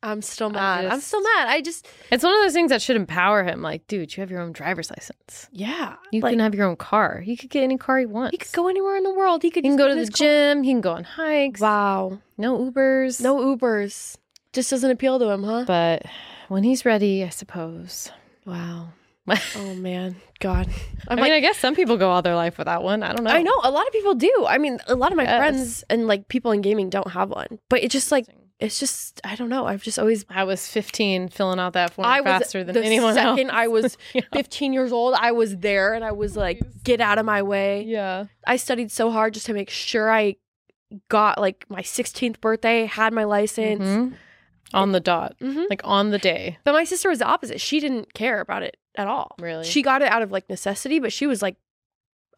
Speaker 1: I'm still
Speaker 2: I
Speaker 1: mad. I'm still
Speaker 2: just-
Speaker 1: mad. I just
Speaker 2: It's one of those things that should empower him. Like, dude, you have your own driver's license.
Speaker 1: yeah.
Speaker 2: You
Speaker 1: like,
Speaker 2: can have your own car. You could get any car he wants.
Speaker 1: he could go anywhere in the world. He could
Speaker 2: He can
Speaker 1: just
Speaker 2: go to
Speaker 1: in
Speaker 2: the
Speaker 1: his
Speaker 2: gym. He can go on hikes.
Speaker 1: car. Wow.
Speaker 2: No Ubers.
Speaker 1: No Ubers. Just doesn't appeal to him, huh?
Speaker 2: But when he's ready, I suppose. [LAUGHS]
Speaker 1: wow.
Speaker 2: I
Speaker 1: Oh man. God. I'm
Speaker 2: mean,
Speaker 1: like
Speaker 2: I guess some people go all their life without one. I don't know.
Speaker 1: I know a lot of people do. I mean, a lot of my
Speaker 2: Oh. Yes.
Speaker 1: friends and like people in gaming don't have one. But it just like it's just I don't know. I've just always
Speaker 2: I was 15 filling out that form
Speaker 1: I was
Speaker 2: faster than
Speaker 1: the
Speaker 2: anyone
Speaker 1: second
Speaker 2: else.
Speaker 1: I was
Speaker 2: [LAUGHS] Yeah.
Speaker 1: 15 years old, I was there and I was like,
Speaker 2: Please.
Speaker 1: get out of my way.
Speaker 2: yeah.
Speaker 1: I studied so hard just to make sure I got like my 16th birthday, had my license.
Speaker 2: Mhm. On the dot.
Speaker 1: Mhm.
Speaker 2: Like on the day.
Speaker 1: But my sister was the opposite. She didn't care about it at all.
Speaker 2: Really?
Speaker 1: She got it out of like necessity, but she was like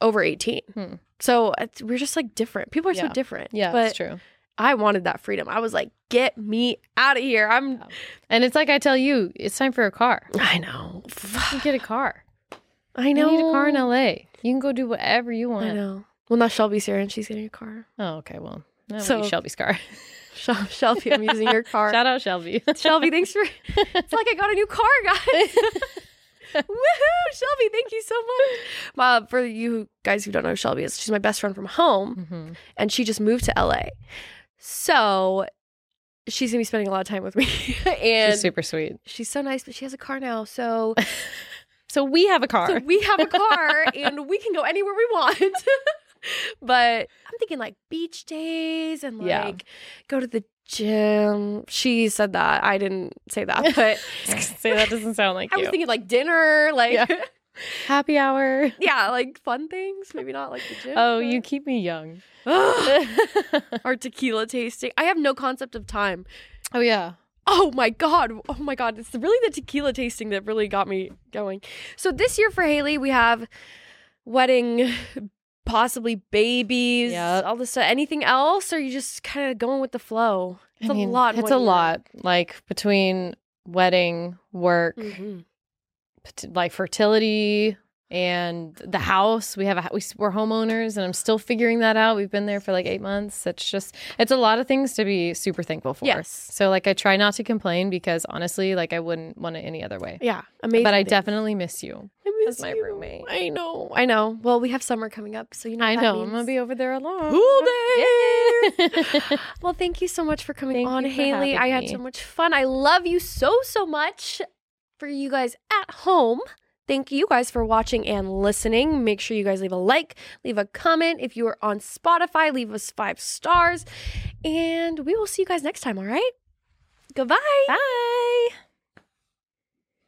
Speaker 1: over 18.
Speaker 2: Hmm.
Speaker 1: So it's, we're just like different. People are so
Speaker 2: Yeah.
Speaker 1: different.
Speaker 2: yeah,
Speaker 1: But
Speaker 2: that's true.
Speaker 1: I wanted that freedom. I was like, get me out of here. I'm,
Speaker 2: And it's like I tell you, it's time for a car.
Speaker 1: I know.
Speaker 2: You can get
Speaker 1: [SIGHS]
Speaker 2: a car.
Speaker 1: I
Speaker 2: You
Speaker 1: know.
Speaker 2: need a car in LA. You can go do whatever you want.
Speaker 1: I know. Well, now Shelby's here and she's getting a car. [LAUGHS]
Speaker 2: Oh, okay. Well, that would
Speaker 1: So-
Speaker 2: be Shelby's car.
Speaker 1: Shel- Shelby, I'm using your car.
Speaker 2: Shout out Shelby.
Speaker 1: [LAUGHS]
Speaker 2: [LAUGHS]
Speaker 1: Shelby, thanks for. It's like I got a new car, guys.
Speaker 2: Mm-hmm.
Speaker 1: Woohoo, Shelby! Thank you so much. Uh, for you guys who don't know, who Shelby is she's my best friend from home,
Speaker 2: Mhm.
Speaker 1: and she just moved to LA. So she's gonna be spending a lot of time with me, [LAUGHS] and
Speaker 2: She's
Speaker 1: she's,
Speaker 2: super sweet.
Speaker 1: so nice. But she has a car now, so
Speaker 2: So we have a
Speaker 1: so
Speaker 2: car.
Speaker 1: we have
Speaker 2: [LAUGHS]
Speaker 1: a car, and we can go anywhere we want. [LAUGHS] but I'm thinking like beach days and like
Speaker 2: Yeah.
Speaker 1: go to the gym. She said that I didn't say
Speaker 2: [LAUGHS]
Speaker 1: that, but.
Speaker 2: Say that doesn't sound like
Speaker 1: I
Speaker 2: you.
Speaker 1: was thinking like dinner, like [LAUGHS] yeah.
Speaker 2: Yeah. Happy hour.
Speaker 1: like fun things. Maybe not like the gym.
Speaker 2: Oh, you keep me young.
Speaker 1: you
Speaker 2: [LAUGHS] oh
Speaker 1: [GASPS] or tequila tasting. I have no concept of time.
Speaker 2: [LAUGHS] yeah.
Speaker 1: Oh my god. Oh my god. It's really the tequila tasting that really got me going. So this year for Haley, we have wedding, possibly babies,
Speaker 2: Yep.
Speaker 1: all this stuff. Anything else? Or are you just kind of going with the flow? It's
Speaker 2: I mean,
Speaker 1: a lot. in
Speaker 2: It's
Speaker 1: one
Speaker 2: a
Speaker 1: year.
Speaker 2: lot. Like between wedding, work,
Speaker 1: Mhm.
Speaker 2: pat- like fertility and the house we have a hou- we, s- we're homeowners and i'm still figuring that out we've been there for like eight months it's just it's a lot of things to be super thankful for
Speaker 1: Yes.
Speaker 2: so like i try not to complain because honestly like i wouldn't want it any other way
Speaker 1: Yeah, amazing.
Speaker 2: but i
Speaker 1: things.
Speaker 2: definitely miss you
Speaker 1: I
Speaker 2: as
Speaker 1: miss
Speaker 2: my
Speaker 1: you.
Speaker 2: roommate.
Speaker 1: I know. I know. Well, we have summer coming up, so you know.
Speaker 2: i
Speaker 1: what
Speaker 2: know
Speaker 1: That
Speaker 2: i'm gonna
Speaker 1: means.
Speaker 2: be over there alone
Speaker 1: Pool day.
Speaker 2: [LAUGHS] Yay.
Speaker 1: well, thank you so much for coming
Speaker 2: Thank
Speaker 1: on,
Speaker 2: you for
Speaker 1: Haley.
Speaker 2: having
Speaker 1: I had
Speaker 2: me.
Speaker 1: so much fun. I love you so, so much. For you guys at home, thank you guys for watching and listening. Make sure you guys leave a like, leave a comment. If you are on Spotify, leave us five stars. And we will see you guys next time, all right? Goodbye.
Speaker 2: bye